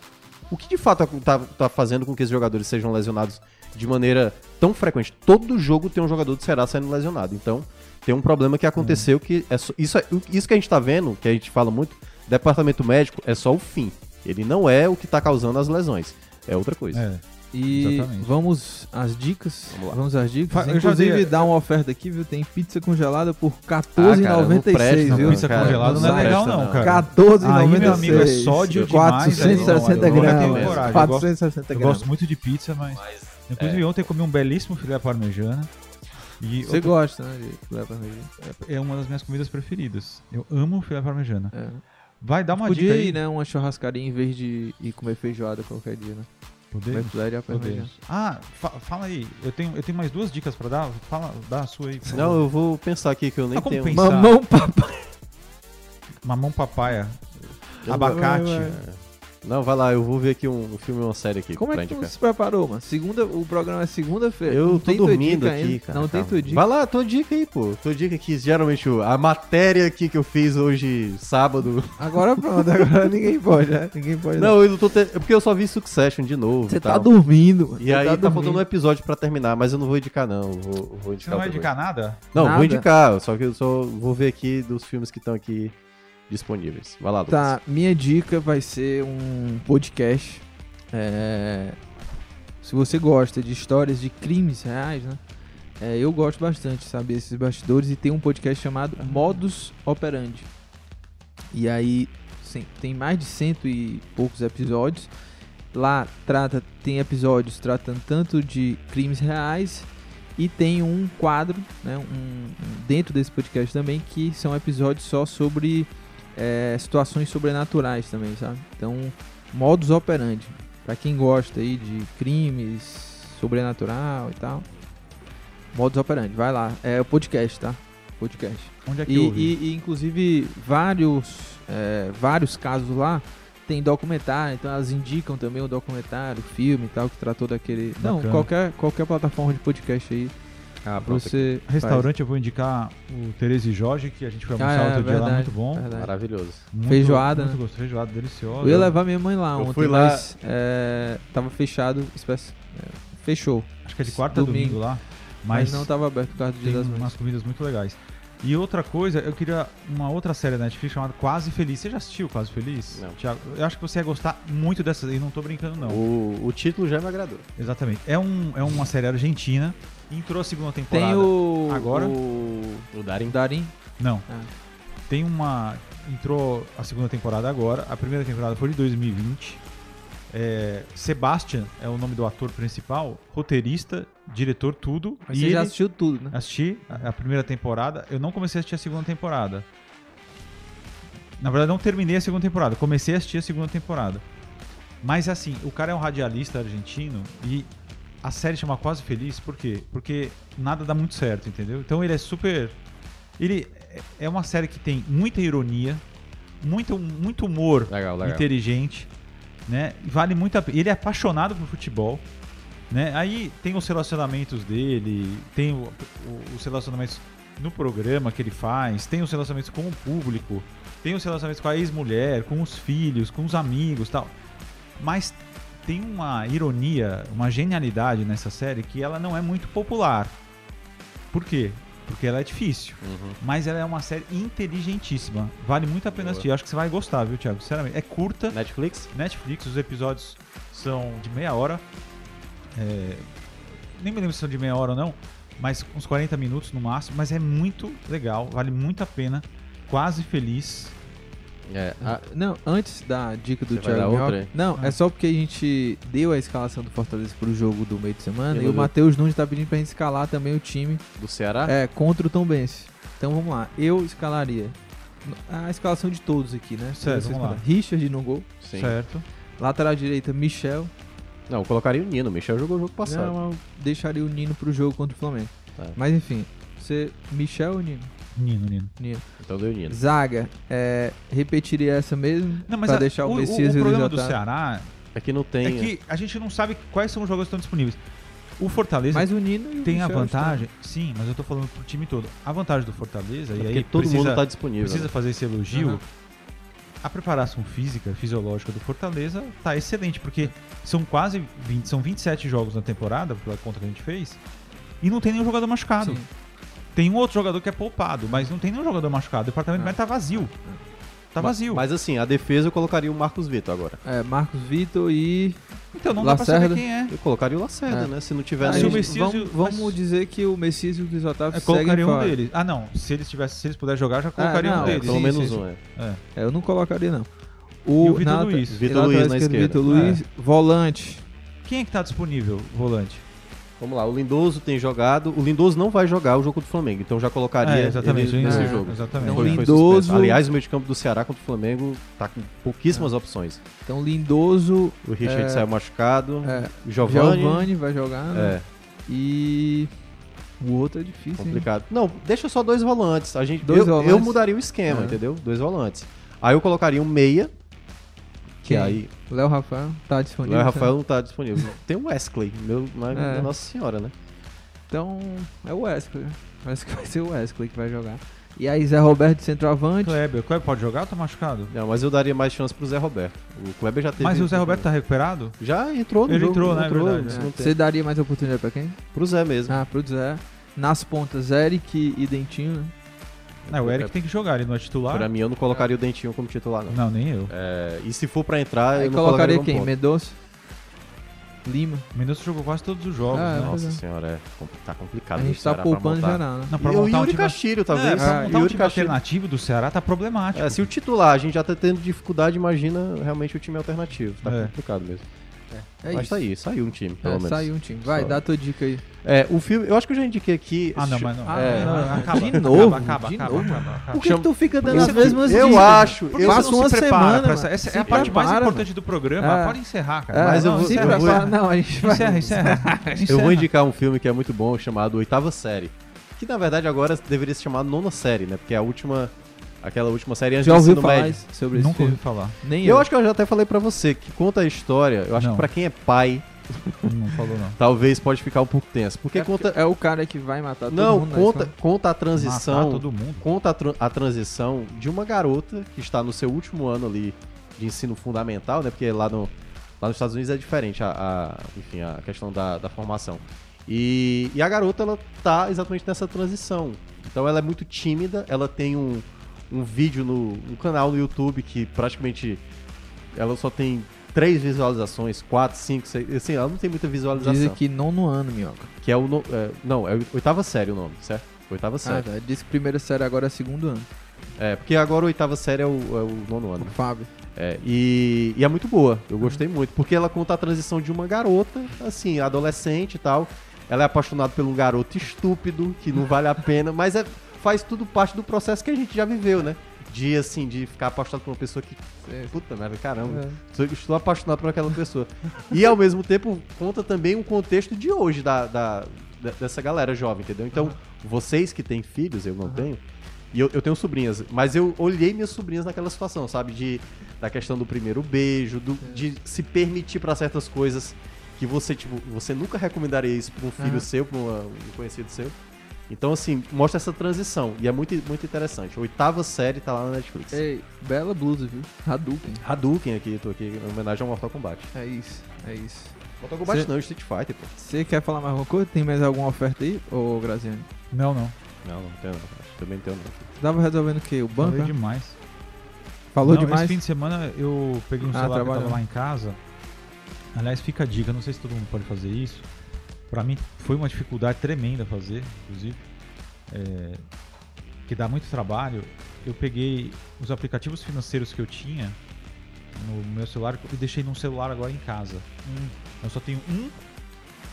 O que de fato tá, tá fazendo com que esses jogadores sejam lesionados de maneira tão frequente? Todo jogo tem um jogador do Ceará sendo lesionado. Então, tem um problema que aconteceu hum. que é, isso, isso que a gente está vendo, que a gente fala muito, departamento médico é só o fim. Ele não é o que está causando as lesões. É outra coisa. É.
E Exatamente. vamos às dicas. Vamos, vamos às dicas. Eu Inclusive, dei... dá uma oferta aqui, viu? Tem pizza congelada por R$14,96, ah, viu?
Pizza cara, congelada não, não, não é legal, não, cara.
R$14,96. meu amigo, é
sódio
460 gramas. 460
gramas. Eu gosto muito de pizza, mas. mas Inclusive, é. ontem comi um belíssimo filé parmejana.
E Você outro... gosta, né, de filé parmejana?
É uma das minhas comidas preferidas. Eu amo filé parmejana. É. Vai dar uma
Podia
dica
ir, né? Uma churrascaria em vez de ir comer feijoada qualquer dia, né?
Podemos?
Poder, poder.
Ah, fa fala aí. Eu tenho, eu tenho mais duas dicas pra dar. Fala, dá a sua aí.
Não, eu vou pensar aqui que eu nem ah, tenho.
Pensar? Mamão papai.
Mamão papaya. Eu abacate. Vai, vai.
Não, vai lá, eu vou ver aqui um, um filme uma série aqui.
Como é que indicar. tu se preparou, mano? Segunda, o programa é segunda-feira.
Eu não tô dormindo aqui,
ainda.
cara.
Não calma. tem tua dica.
Vai lá, tua dica aí, pô. Tua dica que geralmente a matéria aqui que eu fiz hoje, sábado.
Agora pronto, agora ninguém pode, né? Ninguém pode.
Não, não. eu não tô. Te... é Porque eu só vi Succession de novo.
Você tá dormindo,
mano. E aí tá, tá faltando um episódio pra terminar, mas eu não vou indicar, não. Eu vou, eu vou indicar Você
não vai indicar nada?
Não,
nada?
vou indicar, só que eu só vou ver aqui dos filmes que estão aqui disponíveis. Vai lá, Lucas.
Tá, minha dica vai ser um podcast. É... Se você gosta de histórias de crimes reais, né? É, eu gosto bastante, sabe, esses bastidores. E tem um podcast chamado Modus Operandi. E aí sim, tem mais de cento e poucos episódios. Lá trata, tem episódios tratando tanto de crimes reais e tem um quadro, né, um, um, dentro desse podcast também, que são episódios só sobre é, situações sobrenaturais também, sabe? Então, modus operandi. Para quem gosta aí de crimes, sobrenatural e tal, modus operandi. Vai lá. É o podcast, tá? Podcast.
Onde é que
e,
ouve?
E, e inclusive, vários, é, vários casos lá tem documentário, então elas indicam também o documentário, o filme e tal, que tratou daquele... Não, Bacana. qualquer, qualquer plataforma de podcast aí
Ah, pronto.
Você
Restaurante eu vou indicar o Tereza e Jorge, que a gente foi
faz-
almoçar
Ah, é,
outro dia lá,
verdade,
muito bom.
verdade.
Maravilhoso.
Muito-
Feijoada,
Muito
né?
gostoso, feijoada deliciosa.
Eu ia levar minha mãe lá
Eu
ontem,
fui lá-
mas é, tava fechado, espécie, é, fechou.
Acho que é de quarta a domingo,
domingo.
lá.
Mas,
Mas,
não tá tava aberto por causa do Dia
tem
das Mães.
umas comidas muito legais. E outra coisa, eu queria uma outra série da Netflix chamada Quase Feliz. Você já assistiu Quase Feliz?
Não.
Thiago, eu acho que você ia gostar muito dessa, e não tô brincando não.
O, o título já me agradou.
Exatamente. É, um, é uma série argentina, entrou a segunda temporada.
Tem o.
Agora?
O
O Darim.
Darim.
Não.
Ah.
Tem uma. Entrou a segunda temporada agora. A primeira temporada foi de 2020. É, Sebastian é o nome do ator principal, roteirista, diretor, tudo.
Mas
e
você
ele... Ah.
já assistiu tudo, né?
Assisti a a primeira temporada. Eu não comecei a assistir a segunda temporada. Na verdade, não terminei a segunda temporada. Comecei a assistir a segunda temporada. Mas assim, o cara é um radialista argentino e a série chama Quase Feliz, por quê? Porque nada dá muito certo, entendeu? Então ele é super. Ele é- é uma série que tem muita ironia, muito, muito humor
Legal, legal.
inteligente, né? Vale muito a pena. Ele é apaixonado por futebol, né? Aí tem os relacionamentos dele, tem o- o- os relacionamentos no programa que ele faz, tem os relacionamentos com o público, tem os relacionamentos com a ex-mulher, com os filhos, com os amigos, tal. Mas tem uma ironia, uma genialidade nessa série que ela não é muito popular. Por quê? Porque ela é difícil.
Uhum.
Mas ela é uma série inteligentíssima. Vale muito a pena
Boa.
assistir. Eu acho que você vai gostar, viu, Thiago? Sinceramente. É curta.
Netflix?
Netflix, os episódios são de meia hora. É, Nem me lembro se são de meia hora ou não. Mas uns 40 minutos no máximo. Mas é muito legal. Vale muito a pena. Quase feliz.
É. Ah,
Não, antes da dica do
Você vai dar
Thiago
outra
Minhoca, Não,
Ah.
é só porque a gente deu a escalação do Fortaleza pro jogo do meio de semana
Ele
e o
deu.
Matheus Nunes tá pedindo pra gente escalar também o time
do Ceará?
é, contra o Tombense. Então vamos lá, eu escalaria a escalação de todos aqui, né?
Certo,
Vocês
vamos lá.
escolhem. Richard no gol,
Sim.
Certo?
lateral direita Michel,
Não, eu colocaria o Nino. O Michel jogou o jogo passado.
Não, eu deixaria o Nino pro jogo contra o Flamengo.
Tá.
Mas enfim, você. Michel ou Nino?
Nino, Nino.
Nino.
Então deu o Nino.
Zaga, é, repetiria essa mesmo?
Não, mas
pra
a-
deixar o,
o,
Messias
o,
e o Luiz
problema do
Otávio?
Ceará
Aqui não tem.
é que a gente não sabe quais são os jogos que estão disponíveis. O Fortaleza
Mas o Nino e o
tem a
Michel
vantagem. Sim, mas eu tô falando pro time todo. A vantagem do Fortaleza, e
É Porque
aí
todo
precisa,
mundo tá disponível.
precisa
né?
fazer esse elogio.
Aham.
A preparação física, fisiológica do Fortaleza tá excelente, porque são quase 20, são 27 jogos na temporada, pela conta que a gente fez, e não tem nenhum jogador machucado.
Sim.
Tem um outro jogador que é poupado, mas não tem nenhum jogador machucado. O departamento
Ah.
médico tá vazio. Tá
Ma-
vazio.
É. Mas assim, a defesa eu colocaria o Marcos Vitor agora.
É, Marcos Vitor e.
então não dá pra
Lacerda-
saber quem é.
Eu colocaria o Lacerda,
É.
né? Se não
Ah,
tivesse.
se o
gente,
Messias e
vamos,
o-
vamos
mas-
dizer que o Messias e o Luiz Otávio
Eu
seguem
colocaria um
fora.
deles. Ah, não. Se eles tivessem, se eles pudessem jogar, já colocaria
não,
um
É,
deles.
pelo
Sim,
menos
sim,
um, é.
É.
É, eu não colocaria, não.
E o
na
Vitor
lata-
Luiz. É.
Vitor
lateral
Luiz na esquerda.
Vitor Luiz, volante.
Quem é que tá disponível, volante?
Vamos lá, o Lindoso tem jogado. O Lindoso não vai jogar o jogo do Flamengo, então já colocaria
É, exatamente,
ele nesse
é,
jogo.
exatamente.
Então,
Foi- foi
Lindoso-
suspenso. Aliás, o meio de campo do Ceará contra o Flamengo tá com pouquíssimas opções.
Então, Lindoso,
O Richard
É.
saiu machucado.
é,
O Giovanni.
Giovanni vai jogar, né?
É,
E. O outro é difícil, hein?
complicado. Não, deixa só dois volantes. A gente,
Dois
eu,
volantes?
eu mudaria o esquema,
É.
entendeu? Dois volantes. Aí eu colocaria um meia, que
Quem?
aí
Léo Rafael tá disponível.
o Rafael não tá disponível. Tem o Wesley, meu, mas-
É.
Nossa Senhora, né?
Então, é o Wesley. Parece que vai ser o Wesley que vai jogar. E aí, Zé Roberto, centroavante.
Kleber. Kleber pode jogar ou tá machucado?
Não, mas eu daria mais chance pro Zé Roberto. O Kleber já teve. um
Mas o Zé Roberto tá recuperado?
Já entrou no
Ele
jogo.
entrou, né?
Entrou,
Verdade,
isso
É,
não tem.
Você daria mais oportunidade pra quem?
Pro Zé mesmo.
Ah, pro Zé. Nas pontas, Eric e Dentinho, né?
Não, o Eric tem que jogar, ele não é titular.
Pra mim, eu não colocaria o Dentinho como titular, não.
Não, nem eu.
É, e se for pra entrar,
Aí
eu não colocaria,
colocaria
um
quem?
ponto.
Mendonça? Lima?
O Mendonça jogou quase todos os jogos,
Ah,
né?
Pois
Nossa
é.
senhora, é, com- tá complicado.
a
o
gente tá
Ceará pra
poupando
montar.
geral, né?
Não, pra
E o
montar um
Yuri
time,
Castilho,
É,
talvez.
pra
Ah,
montar um
Yuri
time
Castilho.
alternativo do Ceará tá problemático.
É, se o titular, a gente já tá tendo dificuldade, imagina realmente o time alternativo. Tá
É.
complicado mesmo.
É
Mas
isso.
tá aí, saiu um time, pelo
É,
menos.
saiu um time. Vai,
Só.
dá a tua dica aí.
É, o filme, eu acho que eu já indiquei aqui.
Ah, não, mas não.
Ah,
É.
não, acaba,
de novo,
acaba,
de
acaba,
novo.
acaba, acaba.
Por que,
Chama-
que tu fica dando
Eu-
as mesmas
eu
dicas?
acho,
Por
Por
que
que
você
você
Passa
não
uma
um se prepara
semana.
pra essa?
mano?
Essa é
Se
a parte mais
prepara,
importante do programa.
É.
Pode encerrar, cara.
mano.
Mas
É,
eu vou-
se
eu vou-
encerra,
prepara.
encerra.
Não, a gente vai.
Encerra, encerra.
Eu vou
Encerra.
indicar um filme que é muito bom, chamado Oitava Série. Que na verdade agora deveria se chamar Nona Série, né? Porque é a última. Aquela última série antes
Já
do
ouviu
ensino
falar
médio.
isso- sobre esse
Nunca
filme?
ouvi falar.
Nem
Eu acho que eu já até falei pra você que conta a história. Eu acho
Não.
que pra quem é pai
Não falou, não.
Talvez pode ficar um pouco tenso. Porque
é,
conta.
é o cara que vai matar todo
Não,
mundo. né?
conta,
Isso
conta a
Matar
transição.
todo mundo.
Conta a, tran- a transição de uma garota que está no seu último ano ali de ensino fundamental, né? Porque lá, no, lá nos Estados Unidos é diferente a, a- enfim, a questão da, da formação. E, e a garota, ela tá exatamente nessa transição. Então ela é muito tímida, ela tem um, um vídeo no um canal no YouTube que praticamente ela só tem três visualizações, quatro, cinco, seis, assim, ela não tem muita
é- Diz
visualização. Que...
aqui não no ano, minhoca.
é o... no- é, não, é oitava série o nome, certo? Oitava série.
Ah, tá. Diz que primeira série agora é segundo ano.
É, porque agora a oitava série é o, é o nono ano.
O Fábio.
É, e, e é muito boa, eu gostei muito, porque ela conta a transição de uma garota, assim, adolescente e tal. Ela é apaixonada por um garoto estúpido, que não vale a pena, mas é, faz tudo parte do processo que a gente já viveu, né? De, assim, de ficar apaixonado por uma pessoa que.
É,
Puta merda, caramba. Sou- Estou apaixonado por aquela pessoa. E ao mesmo tempo conta também o contexto de hoje da, da- da- dessa galera jovem, entendeu? Então, vocês que têm filhos, eu não tenho, e eu, eu tenho sobrinhas, mas eu olhei minhas sobrinhas naquela situação, sabe? De, da questão do primeiro beijo, do- de se permitir para certas coisas que você, tipo, você nunca recomendaria isso pra um filho
Aham.
seu, pra uma- um conhecido seu. Então, assim, mostra essa transição. E é muito, muito interessante. Oitava série tá lá na Netflix.
Ei, bela blusa, viu? Hadouken.
Hadouken aqui, tô aqui em homenagem ao Mortal Kombat.
É isso, é isso.
Mortal Kombat
Cê-
não, Street Fighter, pô.
Você quer falar mais alguma coisa? Tem mais alguma oferta aí, ô Graziani?
Não, não.
Não, não tem não. Acho que também tem não.
Você tava resolvendo o quê? O banco?
Falei
é?
demais.
Falou
Não,
demais?
Esse fim de semana eu peguei um
Ah,
celular que eu tava
trabalhou.
lá em casa. Aliás, fica a dica, não sei se todo mundo pode fazer isso. Pra mim foi uma dificuldade tremenda fazer, inclusive. É, que dá muito trabalho. Eu peguei os aplicativos financeiros que eu tinha no meu celular e deixei num celular agora em casa. Um. Eu só tenho um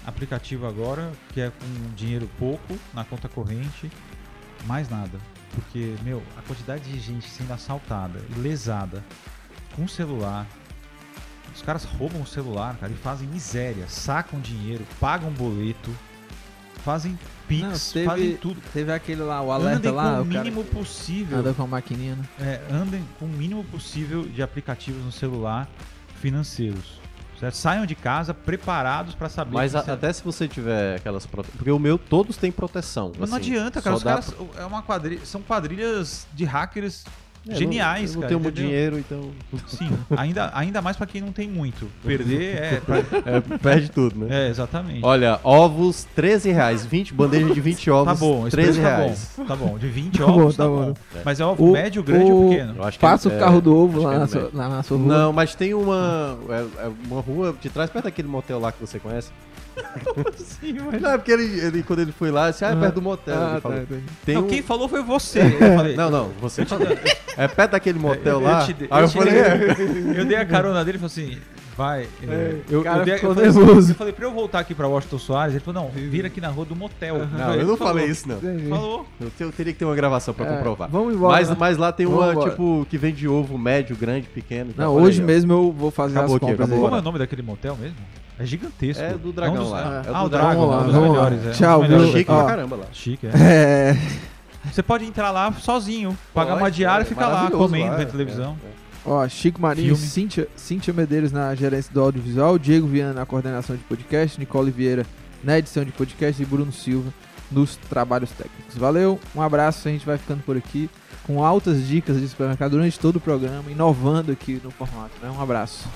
aplicativo agora que é com dinheiro pouco na conta corrente, mais nada. Porque, meu, a quantidade de gente sendo assaltada e lesada com celular. Os caras roubam o celular, cara, e fazem miséria, sacam dinheiro, pagam boleto, fazem pix,
Não, teve-
fazem tudo.
Teve aquele lá, o alerta
andem
lá,
com
o cara
o mínimo possível.
anda com a maquininha, né?
é, andem com o mínimo possível de aplicativos no celular financeiros. Certo? Saiam de casa preparados para saber.
Mas
que
a-
você-
até se você tiver aquelas prote... Porque o meu, todos têm proteção.
Mas não
assim,
adianta, cara.
só
Os
dá
caras é uma quadrilha, são quadrilhas de hackers
pra- É,
geniais,
eu não,
cara.
eu não tenho muito
entendeu?
dinheiro, então.
Sim, ainda, ainda mais pra quem não tem muito. Perder é. pra-
É, perde tudo, né?
é, exatamente.
Olha, ovos, 13 reais. 20, bandeja de 20 ovos,
tá bom, esse
13
preço tá
reais.
bom. Tá bom, de 20
Tá
ovos
bom,
tá
tá
bom.
bom.
Mas é ovo
O-
médio, grande ou
o-
pequeno?
Eu acho que
Passa
é-
o carro do ovo
acho que
lá
é
na
do
sua,
meio.
lá na sua rua.
Não, é mas tem uma. É, é uma rua de trás, perto daquele motel lá que você conhece.
Sim, mas-
Não, é porque ele, ele, quando ele foi lá, eu disse, ah, é perto do motel.
Ah,
ele
tá,
falou.
tá.
Tem
Não,
um-
quem falou foi você. Eu falei,
não, não, você te deu. É perto daquele motel
eu
lá.
te dei-
Aí
eu
eu
te
falei, é.
Eu dei a carona dele e falei assim, vai. é, eu,
cara
eu, dei, eu,
ficou
falei, assim,
nervoso.
eu falei pra eu voltar aqui pra Washington Soares, ele falou, não, vira aqui na rua do motel.
Não, eu não falei isso, não.
Entendi.
Falou.
Eu, te- eu teria que ter uma gravação pra
É,
comprovar.
Vamos embora.
mas, mas lá tem uma,
Vambora.
tipo, que vende ovo médio, grande, pequeno.
Não,
Olha
hoje
aí, ó.
mesmo eu vou fazer
Acabou
as
aqui,
compras
acabou.
aí.
Como é o nome daquele motel mesmo? É gigantesco.
É do dragão
um dos-
lá, é
ah,
do
o dragão,
dragão lá,
é um dos
vamos lá.
melhores. é um dos
Tchau,
melhores.
viu?
Tá Chique né?
Ó.
pra caramba lá.
Chique, é.
É,
Você pode entrar lá sozinho, pagar
Pode,
uma diária e
é
ficar lá
maravilhoso
comendo,
lá,
vendo
é,
televisão.
é, é.
ó, Chico Marinho,
Filme.
Cíntia, Cíntia Medeiros na gerência do audiovisual, Diego Viana na coordenação de podcast, Nicole Vieira na edição de podcast e Bruno Silva nos trabalhos técnicos. Valeu, um abraço, a gente vai ficando por aqui com altas dicas de supermercado durante todo o programa, inovando aqui no formato. Né? Um abraço.